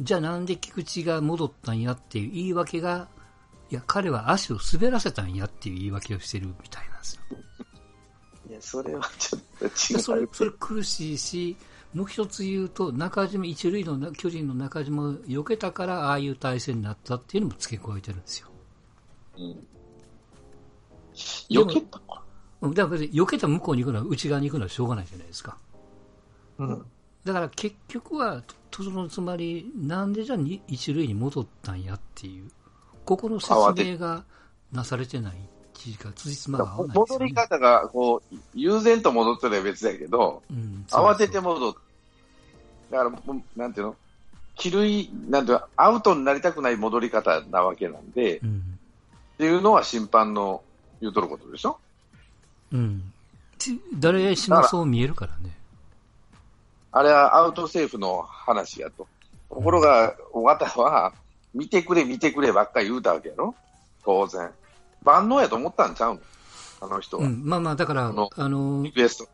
[SPEAKER 1] じゃあなんで菊池が戻ったんやっていう言い訳が、いや、彼は足を滑らせたんやっていう言い訳をしてるみたいなんですよ。
[SPEAKER 2] いや、それはちょっと違
[SPEAKER 1] でそうれ。それ苦しいし、もう一つ言うと、中島、一塁のな巨人の中島を避けたから、ああいう体勢になったっていうのも付け加えてるんですよ。
[SPEAKER 2] うん避けたか
[SPEAKER 1] うんだから別に避けた向こうに行くのは、内側に行くのはしょうがないじゃないですか。
[SPEAKER 3] うん。
[SPEAKER 1] だから結局は、とそのつまり、なんでじゃあに一塁に戻ったんやっていう、ここの説明がなされてないっていうか、つじつまが合わないです
[SPEAKER 2] 戻
[SPEAKER 1] よね
[SPEAKER 2] り。方が、こう、悠然と戻ってれば別だけど、
[SPEAKER 1] うん
[SPEAKER 2] 慌てて戻って、だから、もうなんていうの、気類、なんていうの、アウトになりたくない戻り方なわけなんで、っ
[SPEAKER 1] うん
[SPEAKER 2] ていうのは審判の言うとることでしょ
[SPEAKER 1] うんち誰しもそう見えるからね。
[SPEAKER 2] あれはアウトセーフの話やと。ところが、尾形は、見てくれ、見てくればっかり言うたわけやろ当然。万能やと思ったんちゃうのあの人は。
[SPEAKER 1] うん、まあまあ、だから、
[SPEAKER 2] あの
[SPEAKER 1] あの
[SPEAKER 2] リ、クエスト。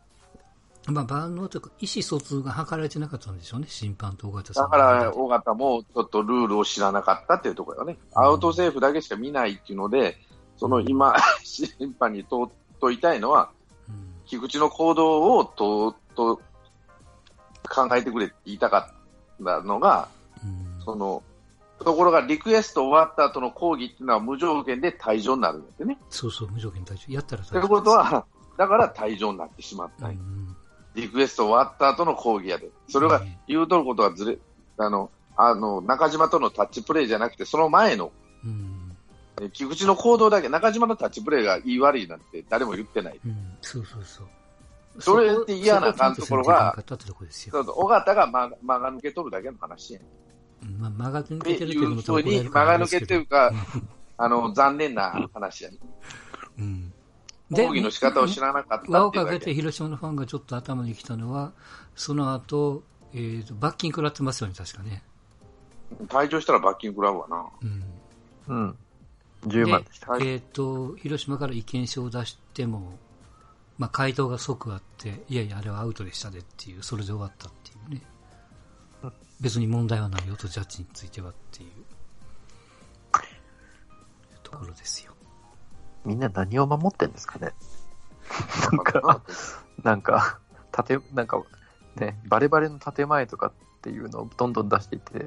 [SPEAKER 1] まあ、万能というか、意思疎通が図られてなかったんでしょうね、審判と尾形さんの
[SPEAKER 2] だから、尾形もちょっとルールを知らなかったっていうところよね。アウトセーフだけしか見ないっていうので、その今、 [LAUGHS] 審判に問問いたいのは、
[SPEAKER 1] うん
[SPEAKER 2] 菊池の行動をとと考えてくれって言いたかったのが、
[SPEAKER 1] うん
[SPEAKER 2] その、ところがリクエスト終わった後の抗議っていうのは無条件で退場になるんだってね。
[SPEAKER 1] そうそう、無条件退場。やったら退
[SPEAKER 2] と
[SPEAKER 1] 場
[SPEAKER 2] いうことは、だから退場になってしまったん
[SPEAKER 1] う
[SPEAKER 2] や
[SPEAKER 1] ん
[SPEAKER 2] リクエスト終わった後の抗議やで。それが
[SPEAKER 1] ね
[SPEAKER 2] 言うとることがずれ、あの、あの、中島とのタッチプレーじゃなくて、その前の、
[SPEAKER 1] うん、
[SPEAKER 2] え菊池の行動だけ、中島のタッチプレーが言い悪いなんて誰も言ってない。
[SPEAKER 1] うん、そうそうそう。
[SPEAKER 2] それって嫌な感じところ
[SPEAKER 1] そこ
[SPEAKER 2] が
[SPEAKER 1] をちゃんとせんといかんかったってとこですよ。
[SPEAKER 2] そうそう、尾形が間が間が抜けとるだけの話やん。
[SPEAKER 1] うんまあ、間が抜
[SPEAKER 2] で
[SPEAKER 1] けてるというの
[SPEAKER 2] 言う
[SPEAKER 1] も
[SPEAKER 2] 人に間
[SPEAKER 1] 間
[SPEAKER 2] が抜けてるか
[SPEAKER 1] うん、
[SPEAKER 2] あの、残念な話やね。
[SPEAKER 1] うん。
[SPEAKER 2] 抗議の仕方を知らなかったっていう
[SPEAKER 1] 輪を
[SPEAKER 2] だ
[SPEAKER 1] かけ
[SPEAKER 2] け
[SPEAKER 1] て広島のファンがちょっと頭にきたのは、その後、えー、と罰金食らってますよね、確かね。
[SPEAKER 2] 退場したら罰金食らうわな。
[SPEAKER 1] うん、
[SPEAKER 3] うん。10万でした。
[SPEAKER 2] はい
[SPEAKER 1] えー、と広島から意見書を出しても、まあ、回答が即あって、いやいや、あれはアウトでしたでっていう、それで終わったっていうね、別に問題はないよと、ジャッジについてはっていうところですよ。
[SPEAKER 3] みんな何を守ってんですかねなんか、なんか、 [LAUGHS] 建て、なんか、ね、バレバレの建前とかっていうのをどんどん出していって、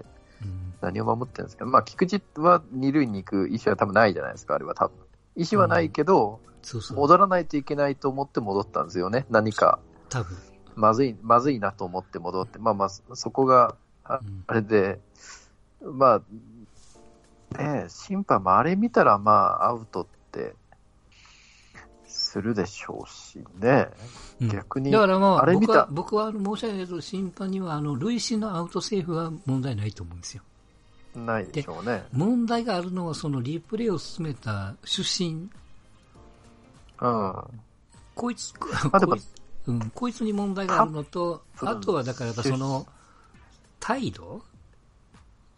[SPEAKER 1] うん
[SPEAKER 3] 何を守ってるんですかまあ、菊池は二塁に行く意思は多分ないじゃないですか、あれは多分。意思はないけど、
[SPEAKER 1] そうそう、
[SPEAKER 3] 戻らないといけないと思って戻ったんですよね。何か、
[SPEAKER 1] 多分、
[SPEAKER 3] まずい、まずいなと思って戻って、まあまあ、そこが
[SPEAKER 1] うん
[SPEAKER 3] [LAUGHS] あれで、まあ、ねえ、審判もあれ見たら、まあ、アウトって、するでしょうしね。
[SPEAKER 1] うん
[SPEAKER 3] 逆に
[SPEAKER 1] だからま
[SPEAKER 3] あ
[SPEAKER 1] あ、
[SPEAKER 3] れ見
[SPEAKER 1] 僕
[SPEAKER 3] た
[SPEAKER 1] は僕はあの申し上げる審判には、あの累進のアウトセーフは問題ないと思うんですよ。
[SPEAKER 3] ないでしょうね。
[SPEAKER 1] 問題があるのは、そのリプレイを進めた主審
[SPEAKER 3] うん。
[SPEAKER 1] こいつ、
[SPEAKER 3] あで
[SPEAKER 1] こ
[SPEAKER 3] も
[SPEAKER 1] いつうん、こいつに問題があるのと、
[SPEAKER 3] た
[SPEAKER 1] あとはだからやっぱその、態度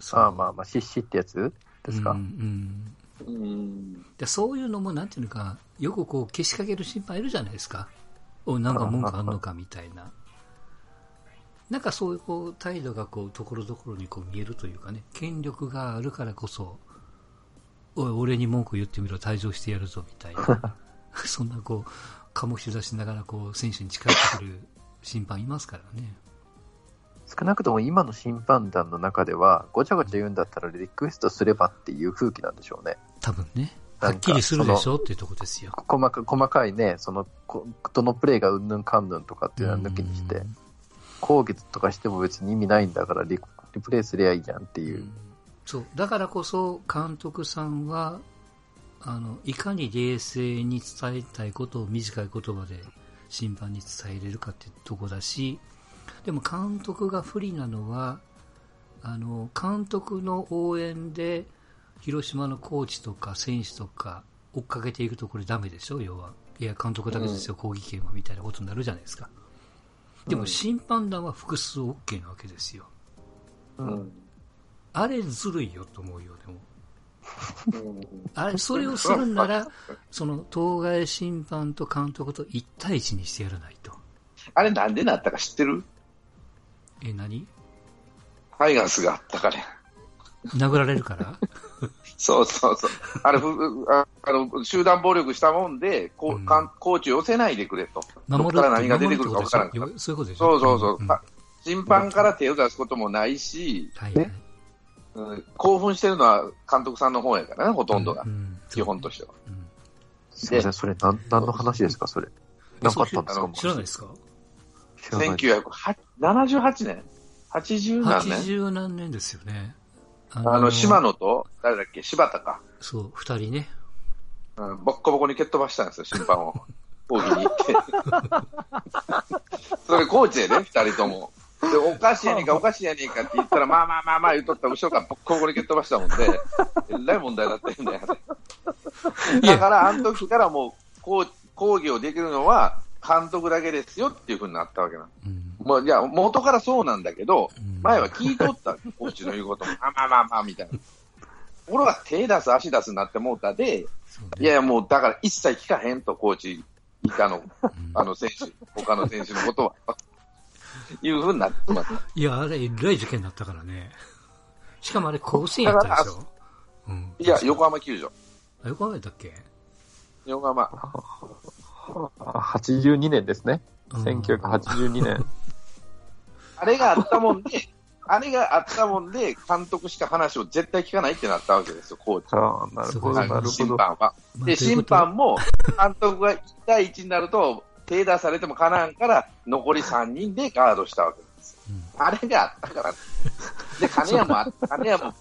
[SPEAKER 1] その
[SPEAKER 3] ああまあまあ、失神ってやつですか。
[SPEAKER 1] うんうん
[SPEAKER 2] うん。
[SPEAKER 1] でそういうのも、なんていうのか、よくこう、けしかける心配いるじゃないですか。お、なんか文句あんのかみたいな。なんかそういうこう、態度がこう、ところどころにこう見えるというかね、権力があるからこそ、
[SPEAKER 3] [LAUGHS]
[SPEAKER 1] おい、俺に文句言ってみろ、退場してやるぞ、みたいな。そんなこう、鴨手出しながらこう選手に近寄ってくる審判いますからね。
[SPEAKER 3] 少なくとも今の審判団の中では、ごちゃごちゃ言うんだったらリクエストすればっていう空気なんでしょうね。
[SPEAKER 1] 多分ね。
[SPEAKER 3] な
[SPEAKER 1] は
[SPEAKER 3] んか
[SPEAKER 1] っきりするでしょっていうとこですよ。
[SPEAKER 3] 細か細かいね、その、こどのプレーがうんぬんかんぬんとかっていうのは抜きにして、抗議とかしても別に意味ないんだからリ、リプレイすりゃいいじゃんって
[SPEAKER 1] う
[SPEAKER 3] い
[SPEAKER 1] ん
[SPEAKER 3] う。
[SPEAKER 1] そう。だからこそ監督さんは、あの、いかに冷静に伝えたいことを短い言葉で審判に伝えれるかってとこだし、でも監督が不利なのは、あの、監督の応援で広島のコーチとか選手とか追っかけていくとこれダメでしょ、要は。いや、監督だけですよ、抗議権はみたいなことになるじゃないですか。でも審判団は複数 OK なわけですよ。
[SPEAKER 3] うん。
[SPEAKER 1] あれずるいよと思うよ、でも。
[SPEAKER 2] うん
[SPEAKER 1] あれ、それをするんなら、その、当該審判と監督と一対一にしてやらないと。
[SPEAKER 2] あれなんでなったか知ってる
[SPEAKER 1] え、何
[SPEAKER 2] タイガースがあったから。
[SPEAKER 1] 殴られるから
[SPEAKER 2] そうそうそう。あれ、ふああの集団暴力したもんで、こ
[SPEAKER 1] うん
[SPEAKER 2] うかんコーチ寄せないでくれと。
[SPEAKER 1] 守る
[SPEAKER 2] [LAUGHS] どっから
[SPEAKER 1] って
[SPEAKER 2] 何が出てくるか
[SPEAKER 1] 守
[SPEAKER 2] 分からん
[SPEAKER 1] ってことでしょそういうことでし
[SPEAKER 2] そ
[SPEAKER 1] ょ
[SPEAKER 2] うそうそう。
[SPEAKER 1] んは
[SPEAKER 2] か審判から手を出すこともないし、
[SPEAKER 1] いはい。
[SPEAKER 2] うん興奮してるのは監督さんの方やからね、ほとんどが
[SPEAKER 1] う。ん
[SPEAKER 2] 基本としては。
[SPEAKER 1] うん
[SPEAKER 3] すいません、それ何、何の話ですか、それ。なかったんですか、
[SPEAKER 1] 知らないですか
[SPEAKER 3] 知らないです。
[SPEAKER 2] 1978年 ?87 年
[SPEAKER 1] ?80 何年ですよね。あ
[SPEAKER 2] あの、島野と、誰だっけ、柴田か。
[SPEAKER 1] そう、二人ね。
[SPEAKER 2] うんボッコボコに蹴っ飛ばしたんですよ、審
[SPEAKER 1] [LAUGHS]
[SPEAKER 2] 判を。 [LAUGHS] 抗議に行って。それコーチやで、ね、二人とも。で、おかしい
[SPEAKER 1] [LAUGHS]
[SPEAKER 2] やねんか、おかしいやねんかって言ったら、まあまあまあまあ言うとったら、後ろからボッコボコに蹴っ飛ばし
[SPEAKER 1] [LAUGHS]
[SPEAKER 2] たもんで、えらい問題だったんだよ。
[SPEAKER 1] い
[SPEAKER 2] だ
[SPEAKER 1] や、
[SPEAKER 2] から、あの時からもう、こう抗議をできるのは、監督だけですよっていうふうになったわけなん
[SPEAKER 1] うん
[SPEAKER 2] もう、いや、元からそうなんだけど、
[SPEAKER 1] うん
[SPEAKER 2] 前は聞いと
[SPEAKER 1] [LAUGHS]
[SPEAKER 2] った、コーチの言うことも、あまあまあまあ、みたいな。俺は手出す、足出すになってもうたで、
[SPEAKER 1] そう
[SPEAKER 2] い
[SPEAKER 1] ね
[SPEAKER 2] やいや、もうだから一切聞かへんと、コーチ、以下の、 [LAUGHS]
[SPEAKER 1] うん
[SPEAKER 2] あの選手、他の選手のことは、いうふうになってます。
[SPEAKER 1] いや、あれ、えらい事件だったからね。しかもあれ、甲子園やったでしょうん
[SPEAKER 2] いや、横浜球場。
[SPEAKER 1] あ横浜やったっけ
[SPEAKER 2] 横浜。
[SPEAKER 3] 82年ですね。
[SPEAKER 1] うん
[SPEAKER 3] 1982年。
[SPEAKER 1] [LAUGHS]
[SPEAKER 2] あれがあったもん
[SPEAKER 3] [LAUGHS]
[SPEAKER 2] で、あれがあったもんで、監督しか話を絶対聞かないってなったわけですよ、コーチ。
[SPEAKER 3] ああ、なるほ
[SPEAKER 1] そ
[SPEAKER 3] ど、な
[SPEAKER 1] う
[SPEAKER 3] るほ
[SPEAKER 2] 審
[SPEAKER 3] ど。
[SPEAKER 2] 判は。
[SPEAKER 1] まあ
[SPEAKER 2] で、
[SPEAKER 1] という
[SPEAKER 2] 審
[SPEAKER 1] ことは
[SPEAKER 2] 判も、監督が1対1になると、手出されてもかなわんから、残り3人でガードしたわけです。
[SPEAKER 1] うん
[SPEAKER 2] あれがあったから。で、金谷
[SPEAKER 1] [LAUGHS]
[SPEAKER 2] もあった、金谷も、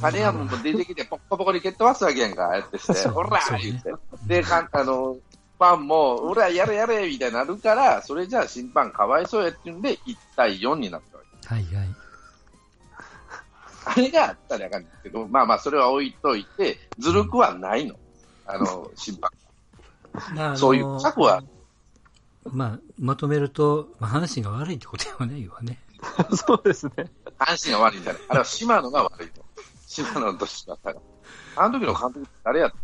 [SPEAKER 2] 金谷も出てきて、ポッコポコに蹴っ飛ばすわけやんか、ああやってして、
[SPEAKER 1] そう
[SPEAKER 2] ほら
[SPEAKER 1] そう
[SPEAKER 2] ー
[SPEAKER 1] ね
[SPEAKER 2] 言って。で、かんあの、ファンも、ほら、やれやれみたいになるから、それじゃあ審判かわいそうやっていうんで、1対4になったわけ。
[SPEAKER 1] はいはい。
[SPEAKER 2] あれがあったらあかんですけど、まあまあ、それは置いといて、ずるくはないの。あの、審判。
[SPEAKER 1] まあ
[SPEAKER 2] そうい
[SPEAKER 1] あの
[SPEAKER 2] う策は
[SPEAKER 1] まあ、まとめると、まあ、話が悪いってことよね、要はね。
[SPEAKER 3] そうですね。
[SPEAKER 2] 阪神が悪いんじゃない。あれは島野が悪いと。島野と柴田が。あの時の監督誰やった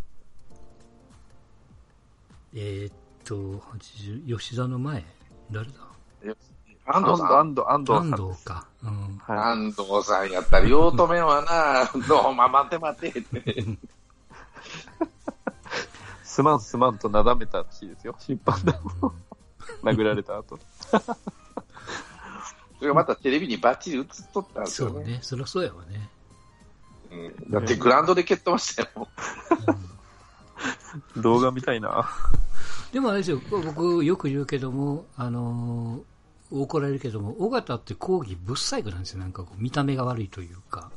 [SPEAKER 1] えーっと、80吉田の前、誰だ
[SPEAKER 2] 安
[SPEAKER 3] 安
[SPEAKER 2] 藤
[SPEAKER 3] 藤
[SPEAKER 2] さん。、
[SPEAKER 3] 安藤、安
[SPEAKER 1] 安
[SPEAKER 3] 藤さん。
[SPEAKER 1] 藤か。うん。
[SPEAKER 3] はい。
[SPEAKER 2] 安藤さんやったら、用止めはな、どうも待て待てって。
[SPEAKER 3] すまんすまんとなだめたらしいですよ。審判団を殴られ
[SPEAKER 1] [LAUGHS]
[SPEAKER 3] た後。
[SPEAKER 2] それがまたテレビにバッチリ映っとったんです
[SPEAKER 1] そ
[SPEAKER 2] よ
[SPEAKER 1] う
[SPEAKER 2] ね。
[SPEAKER 1] ね、そりゃそうやわね。
[SPEAKER 2] うんだってグラウンドで蹴ってましたよ。もう
[SPEAKER 3] 動画みたいな。
[SPEAKER 1] でもあれですよ、僕よく言うけども、あのー怒られるけども、尾形って抗議ぶっ細工なんですよ、なんかこう、見た目が悪いというか。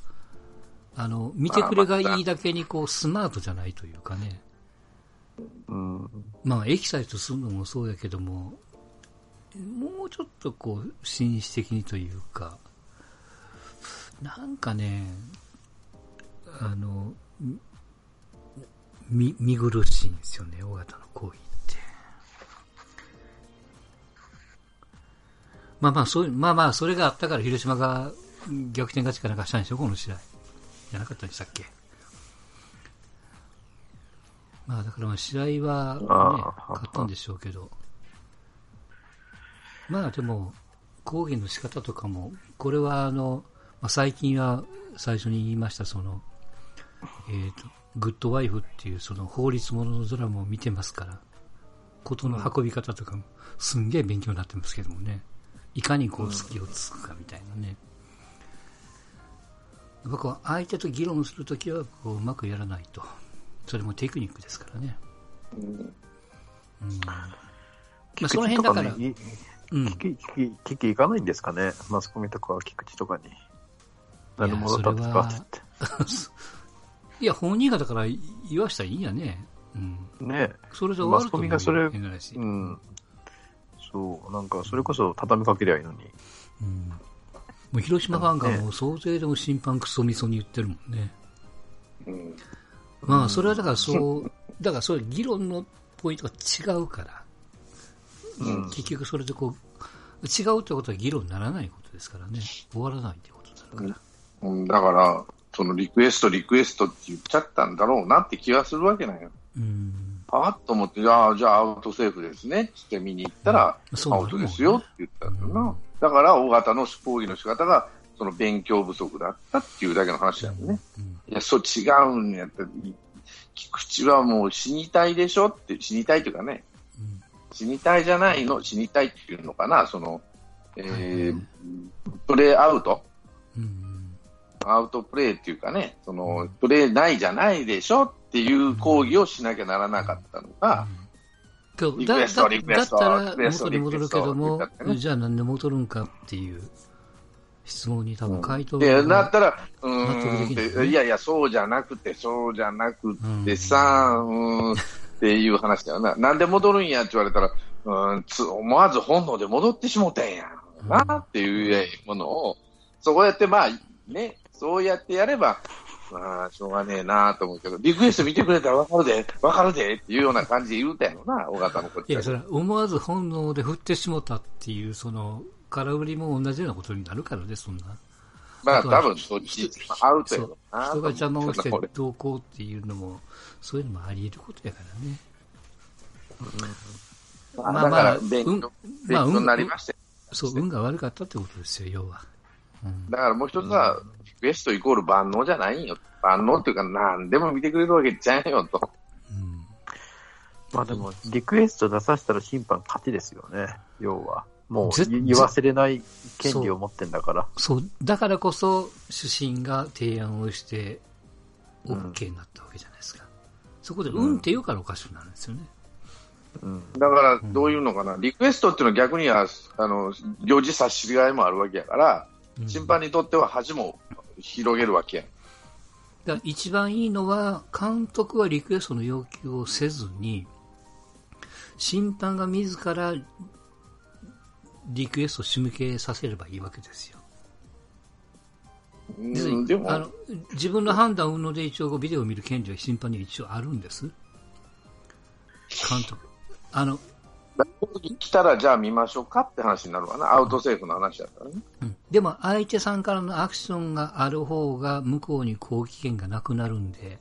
[SPEAKER 1] あの、見てくれがいいだけに、こう、スマートじゃないというかね。
[SPEAKER 3] うん。
[SPEAKER 1] まあ、エキサイトするのもそうやけども、もうちょっとこう、紳士的にというか、なんかね、あの、み、見苦しいんですよね、尾形の行為って。まあまあ、そういう、まあまあ、それがあったから広島が逆転勝ちかなんかしたんでしょ、この試合。じゃなかったでしたっけ。まあ、だからまあ試合は、ね、
[SPEAKER 3] ああ
[SPEAKER 1] 勝ったんでしょうけど。まあでも、抗議の仕方とかも、これはあの、まあ、最近は最初に言いました、その、えっ、と、グッドワイフっていうその法律もののドラマを見てますから、ことの運び方とかも、すんげえ勉強になってますけどもね。いかにこう隙をつくかみたいなね。やっぱこう相手と議論するときはこううまくやらないと。それもテクニックですからね。
[SPEAKER 2] うん
[SPEAKER 1] うん。まあその辺だから、
[SPEAKER 3] 菊池と
[SPEAKER 1] うん。
[SPEAKER 3] かに聞き、聞き、聞き行かないんですかね。マスコミとか菊池とかに。何者だったんですか
[SPEAKER 1] それは
[SPEAKER 3] って
[SPEAKER 1] いや、本人がだから言わしたらいいんやね。うん。
[SPEAKER 3] 言って。ね
[SPEAKER 1] それで終わると思うよ
[SPEAKER 3] マスコミがそれ
[SPEAKER 1] 変な話。
[SPEAKER 3] え。うん。そう、なんか、それこそ畳みかけりゃいいのに。
[SPEAKER 1] うんもう広島ファンがもう想定でも審判クソみそに言ってるもんね。
[SPEAKER 2] うん
[SPEAKER 1] まあそれはだからそう、だからそういう議論のポイントが違うから、
[SPEAKER 3] うん
[SPEAKER 1] 結局それでこう、違うってことは議論にならないことですからね、終わらないってことだから。
[SPEAKER 2] うん、だから、そのリクエスト、リクエストって言っちゃったんだろうなって気がするわけなんよ。
[SPEAKER 1] うん。
[SPEAKER 2] あっと思って、じゃあ、じゃあアウトセーフですねっつって見に行ったら、
[SPEAKER 1] うんそう
[SPEAKER 2] ア
[SPEAKER 1] なるも
[SPEAKER 2] ウト
[SPEAKER 1] んね
[SPEAKER 2] ですよって言ったんだよな。
[SPEAKER 1] うん
[SPEAKER 2] だから、大型の講義の仕方が、その勉強不足だったっていうだけの話だよね。
[SPEAKER 1] うん
[SPEAKER 2] いや、そう違うんやって、い菊池はもう死にたいでしょって、死にたいというかね、
[SPEAKER 1] うん
[SPEAKER 2] 死にたいじゃないの、死にたいっていうのかな、その、え
[SPEAKER 1] は
[SPEAKER 2] ー、プレイアウト
[SPEAKER 1] うん。
[SPEAKER 2] アウトプレーっていうかね、そのプレーないじゃないでしょっていう抗議をしなきゃならなかったのが、
[SPEAKER 1] 今日
[SPEAKER 2] リ
[SPEAKER 1] だ
[SPEAKER 2] クエスト
[SPEAKER 1] だ
[SPEAKER 2] リク
[SPEAKER 1] だ
[SPEAKER 2] エ
[SPEAKER 1] っ
[SPEAKER 2] スト
[SPEAKER 1] たら
[SPEAKER 2] リクエス
[SPEAKER 1] 元
[SPEAKER 2] ト
[SPEAKER 1] に戻るけども
[SPEAKER 2] リクエストって言ったってね
[SPEAKER 1] じゃあなんで戻るんかっていう質問に多分回答
[SPEAKER 2] で、な
[SPEAKER 1] が
[SPEAKER 2] ったら、う
[SPEAKER 1] 納
[SPEAKER 2] ー
[SPEAKER 1] 得
[SPEAKER 2] ん
[SPEAKER 1] で
[SPEAKER 2] っ
[SPEAKER 1] きない
[SPEAKER 2] て、いやいや、そうじゃなくて、そうじゃなくてさ、うーんっていう話だ
[SPEAKER 1] [LAUGHS]
[SPEAKER 2] よな。なんで戻るんやって言われたら、うーんつ思わず本能で戻ってしもたんやなっていうものを、そうやってまあ、ね、そうやってやれば、まあ、しょうがねえなと思うけど、リクエスト見てくれたらわかるで、わかるでっていうような感じで言うたんやろな、尾形のこっ
[SPEAKER 1] い
[SPEAKER 2] ち
[SPEAKER 1] や、
[SPEAKER 2] は
[SPEAKER 1] そ。れは思わず本能で振ってしもたっていう、その、空振りも同じようなことになるからね、そんな。
[SPEAKER 2] ま
[SPEAKER 1] あ
[SPEAKER 2] あ、
[SPEAKER 1] とは
[SPEAKER 2] 多分、そっち、アウトや
[SPEAKER 1] そ
[SPEAKER 2] ろ
[SPEAKER 1] う
[SPEAKER 2] うなと
[SPEAKER 1] 人
[SPEAKER 2] 思
[SPEAKER 1] が
[SPEAKER 2] う
[SPEAKER 1] 邪魔をして
[SPEAKER 2] 俺
[SPEAKER 1] どうこうっていうのも、そういうのもあり得ることやからね。
[SPEAKER 2] まあ
[SPEAKER 1] まあ
[SPEAKER 2] だか
[SPEAKER 1] まあ
[SPEAKER 2] ら、勉
[SPEAKER 1] うん
[SPEAKER 2] 強、
[SPEAKER 1] まあ
[SPEAKER 2] 勉強になりましたよ
[SPEAKER 1] そう、運が悪かったってことですよ、要は。うん
[SPEAKER 2] だからもう一つは、リクエストイコール万能じゃないんよ。万能っていうか、何でも見てくれるわけじゃんよと。
[SPEAKER 1] うん
[SPEAKER 3] まあでも、リクエスト出させたら審判勝ちですよね。要は。もう
[SPEAKER 1] ぜ
[SPEAKER 3] 言言わせれない権利を持ってんだから。
[SPEAKER 1] そう、だからこそ、主審が提案をして、
[SPEAKER 3] うん
[SPEAKER 1] OK になったわけじゃないですか。そこで、うんって言うからおかしくなるんですよね。
[SPEAKER 3] うん。
[SPEAKER 2] だから、どういうのかな、リクエストっていうのは逆には、あの、行事差し違いもあるわけやから、
[SPEAKER 1] うん
[SPEAKER 2] 審判にとっては恥も広げるわけやん。
[SPEAKER 1] だから一番いいのは、監督はリクエストの要求をせずに、審判が自らリクエストを仕向けさせればいいわけですよ。
[SPEAKER 2] うんでも、
[SPEAKER 1] あの自分の判断をので一応ビデオを見る権利は審判には一応あるんです。監督。あの、
[SPEAKER 2] この時来たらじゃあ見ましょうかって話になるわな。アウトセーフの話だったらね。
[SPEAKER 1] うんでも相手さんからのアクションがある方が向こうに好奇権がなくなるんで、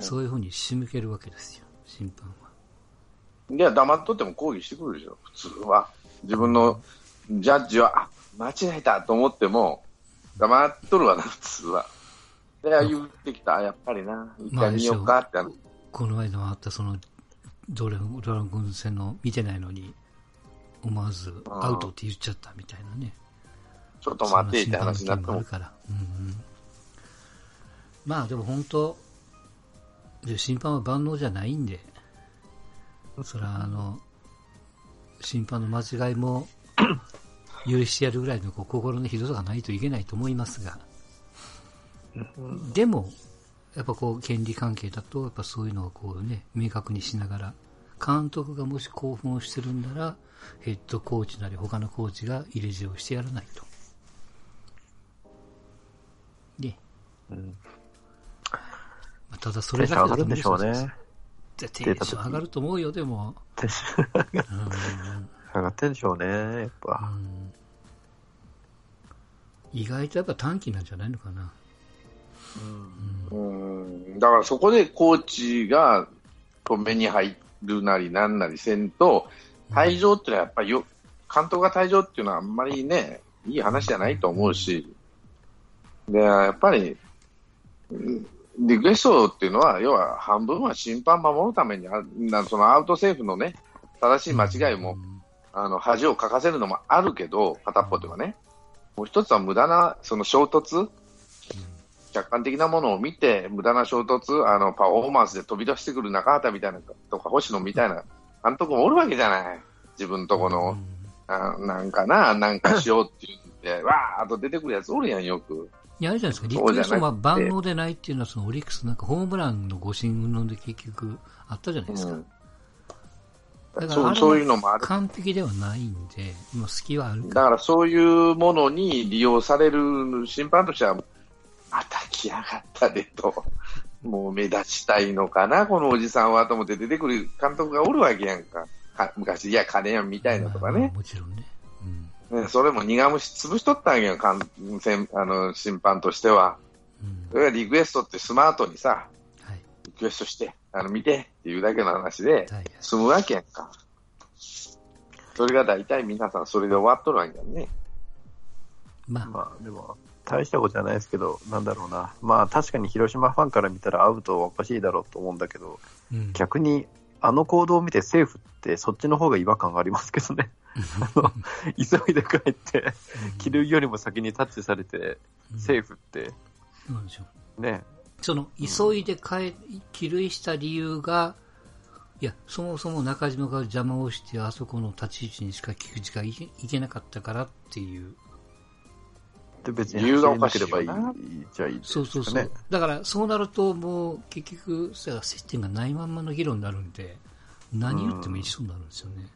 [SPEAKER 1] そういうふうに仕向けるわけですよ、審判は。
[SPEAKER 2] いや、黙っとっても抗議してくるでしょ、普通は。自分のジャッジは、あ、間違えたと思っても、黙っとるわな、普通は。で、言ってきた、あやっぱりな、一回見ようかって、
[SPEAKER 1] この間もあったそのドラドラゴン戦の見てないのに思わずアウトって言っちゃったみたいなね。
[SPEAKER 2] ちょっと待ってって話になって
[SPEAKER 1] そん審判の件も
[SPEAKER 2] も
[SPEAKER 1] ある、から。うんうんまあでも本当、で審判は万能じゃないんで、それはあの、審判の間違いも許してやるぐらいのこう心の広さがないといけないと思いますが、でも、やっぱこう、権利関係だと、やっぱそういうのをこうね、明確にしながら、監督がもし興奮をしてるんなら、ヘッドコーチなり他のコーチが入れ知恵をしてやらないと。ね。
[SPEAKER 3] うん
[SPEAKER 1] まあただそ
[SPEAKER 3] テ
[SPEAKER 1] れ
[SPEAKER 3] ンシ
[SPEAKER 1] だ
[SPEAKER 3] ョン
[SPEAKER 1] け
[SPEAKER 3] 上がるんでしょうね。。
[SPEAKER 1] テンション上がると思うよ、でも。
[SPEAKER 3] テンション
[SPEAKER 1] うん
[SPEAKER 3] 上がってんでしょうね。やっぱ。
[SPEAKER 1] うん意外とやっぱ短期なんじゃないのかな。
[SPEAKER 2] うん、だからそこでコーチがこう目に入るなりなんなりせんと、退場ってのはやっぱりよ、監督が退場っていうのはあんまりね、いい話じゃないと思うし、で、やっぱり、うんリクエストっていうのは、要は半分は審判守るためにある、なそのアウトセーフのね、正しい間違いも、あの恥をかかせるのもあるけど、片っぽとかね、もう一つは無駄なその衝突、客観的なものを見て、無駄な衝突、あのパフォーマンスで飛び出してくる中畑みたいなとか、星野みたいな監督もおるわけじゃない、自分とこの、あなんかな、なんかしようって言って、わーっと出てくるやつおるやん、よく。
[SPEAKER 1] いや、あれじゃないですか、リ
[SPEAKER 2] そう
[SPEAKER 1] ク
[SPEAKER 2] じゃ
[SPEAKER 1] エ
[SPEAKER 2] なく
[SPEAKER 1] ス
[SPEAKER 2] て
[SPEAKER 1] トは万能でないっていうのは、そのオリックスなんかホームランの誤審運動で結局あったじゃないですか。だから
[SPEAKER 2] そ
[SPEAKER 1] あ
[SPEAKER 2] う
[SPEAKER 1] れ
[SPEAKER 2] そういうのもある
[SPEAKER 1] 完璧ではないんで、今隙はあるか
[SPEAKER 2] だからそういうものに利用される審判としては、また来やがったでと、 [LAUGHS] もう目立ちたいのかな、このおじさんはと思って出てくる監督がおるわけやんか。か昔、いや、金やんみた
[SPEAKER 1] ら
[SPEAKER 2] いなとか
[SPEAKER 1] まあまあ
[SPEAKER 2] ね。
[SPEAKER 1] もちろんね。うん。
[SPEAKER 2] ねそれも苦虫潰しとったんやん、かんせあの審判としては。
[SPEAKER 1] うん
[SPEAKER 2] それがリクエストってスマートにさ、
[SPEAKER 1] はい。
[SPEAKER 2] リクエストして、あの見てっていうだけの話で
[SPEAKER 1] はいはい
[SPEAKER 2] 済むわけやんか。それが大体皆さんそれで終わっとるわけやんね。
[SPEAKER 1] まあ、
[SPEAKER 3] まあでも、大したことじゃないですけど、なんだろうな。まあ確かに広島ファンから見たらアウトはおかしいだろうと思うんだけど、
[SPEAKER 1] うん。
[SPEAKER 3] 逆にあの行動を見てセーフってそっちの方が違和感がありますけ
[SPEAKER 1] [LAUGHS]
[SPEAKER 3] どね。あの急いで帰って、着るよりも先にタッチされて、セー
[SPEAKER 1] フ。
[SPEAKER 3] フって、
[SPEAKER 1] そうなんですよ。
[SPEAKER 3] ね、
[SPEAKER 1] その、急いで帰、帰塁した理由が、いや、そもそも中島が邪魔をして、あそこの立ち位置にしか菊池がいけいけなかったからっていう。
[SPEAKER 3] で別に
[SPEAKER 2] 理由がおかしい
[SPEAKER 3] 走れ
[SPEAKER 2] よな
[SPEAKER 3] なければいいじゃあいいですか
[SPEAKER 1] そう
[SPEAKER 3] ね。
[SPEAKER 1] そうそう。だから、そうなると、もう、結局、そや接点がないまんまの議論になるんで、何言っても一緒になるんですよね。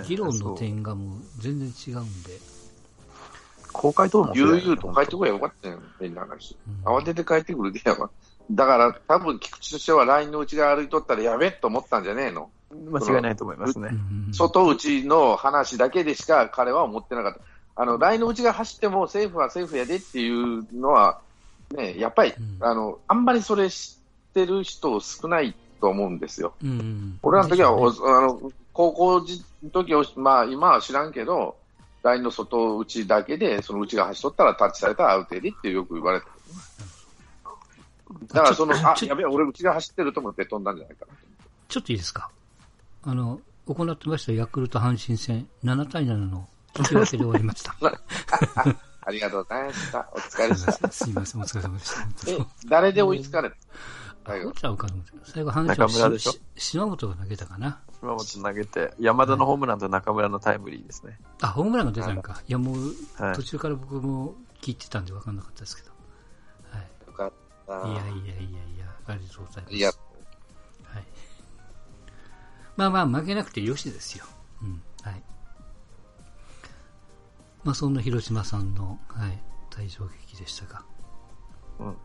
[SPEAKER 3] ね
[SPEAKER 1] 議論
[SPEAKER 3] そ
[SPEAKER 1] の
[SPEAKER 3] う
[SPEAKER 1] 点がもう全然違うんで。
[SPEAKER 3] 公開討論すればい
[SPEAKER 2] 悠
[SPEAKER 3] い
[SPEAKER 2] 々と帰ってこりゃよかったよ、変な話。慌てて帰ってくるでやわ。だから、多分菊池としてはラインの内側歩いとったらやべえと思ったんじゃねえの。
[SPEAKER 3] 間違いないと思いますね。
[SPEAKER 1] うん
[SPEAKER 2] 外内の話だけでしか彼は思ってなかった。あの、ラインの内側走ってもセーフはセーフやでっていうのは、ね、やっぱり、
[SPEAKER 1] うん
[SPEAKER 2] あの、あんまりそれ知ってる人少ないと思うんですよ。
[SPEAKER 1] うん
[SPEAKER 2] 俺らの時は、お
[SPEAKER 1] う
[SPEAKER 2] あ
[SPEAKER 1] ん
[SPEAKER 2] の、高校時の時を、まあ今は知らんけど、ラインの外内だけで、その内が走っとったらタッチされたらアウトやでってよく言われた。だからその、あ、
[SPEAKER 1] ちょ
[SPEAKER 2] やべえ、俺内が走ってると思って飛んだんじゃないかな。
[SPEAKER 1] ちょっといいですか。あの、行ってましたヤクルト阪神戦、7対7の引き分けで終わりま
[SPEAKER 3] [LAUGHS]
[SPEAKER 1] した。
[SPEAKER 2] ありがとうございました。お疲れでした。
[SPEAKER 1] すいません、お疲れ様でした。本当
[SPEAKER 2] え
[SPEAKER 1] に、
[SPEAKER 2] 誰で追いつかれた最
[SPEAKER 1] どっ
[SPEAKER 2] 後。
[SPEAKER 1] ちゃうかと思って最後、阪
[SPEAKER 3] 中村
[SPEAKER 1] 神
[SPEAKER 3] でしょ
[SPEAKER 1] し島本が投げたかな。
[SPEAKER 3] 島本投げて、山田のホームランと中村のタイムリーですね。
[SPEAKER 1] あ、ホームランが出たのか。いや、もう、
[SPEAKER 3] はい
[SPEAKER 1] 途中から僕も聞いてたんで分かんなかったですけど。は
[SPEAKER 2] よかった。
[SPEAKER 1] い。いやいやいやいや、ありがとうございます。
[SPEAKER 2] いや
[SPEAKER 1] はい。まあまあ、負けなくてよしですよ。うん。はい。まあ、そんな広島さんの、はい、退場劇でしたが。
[SPEAKER 3] うん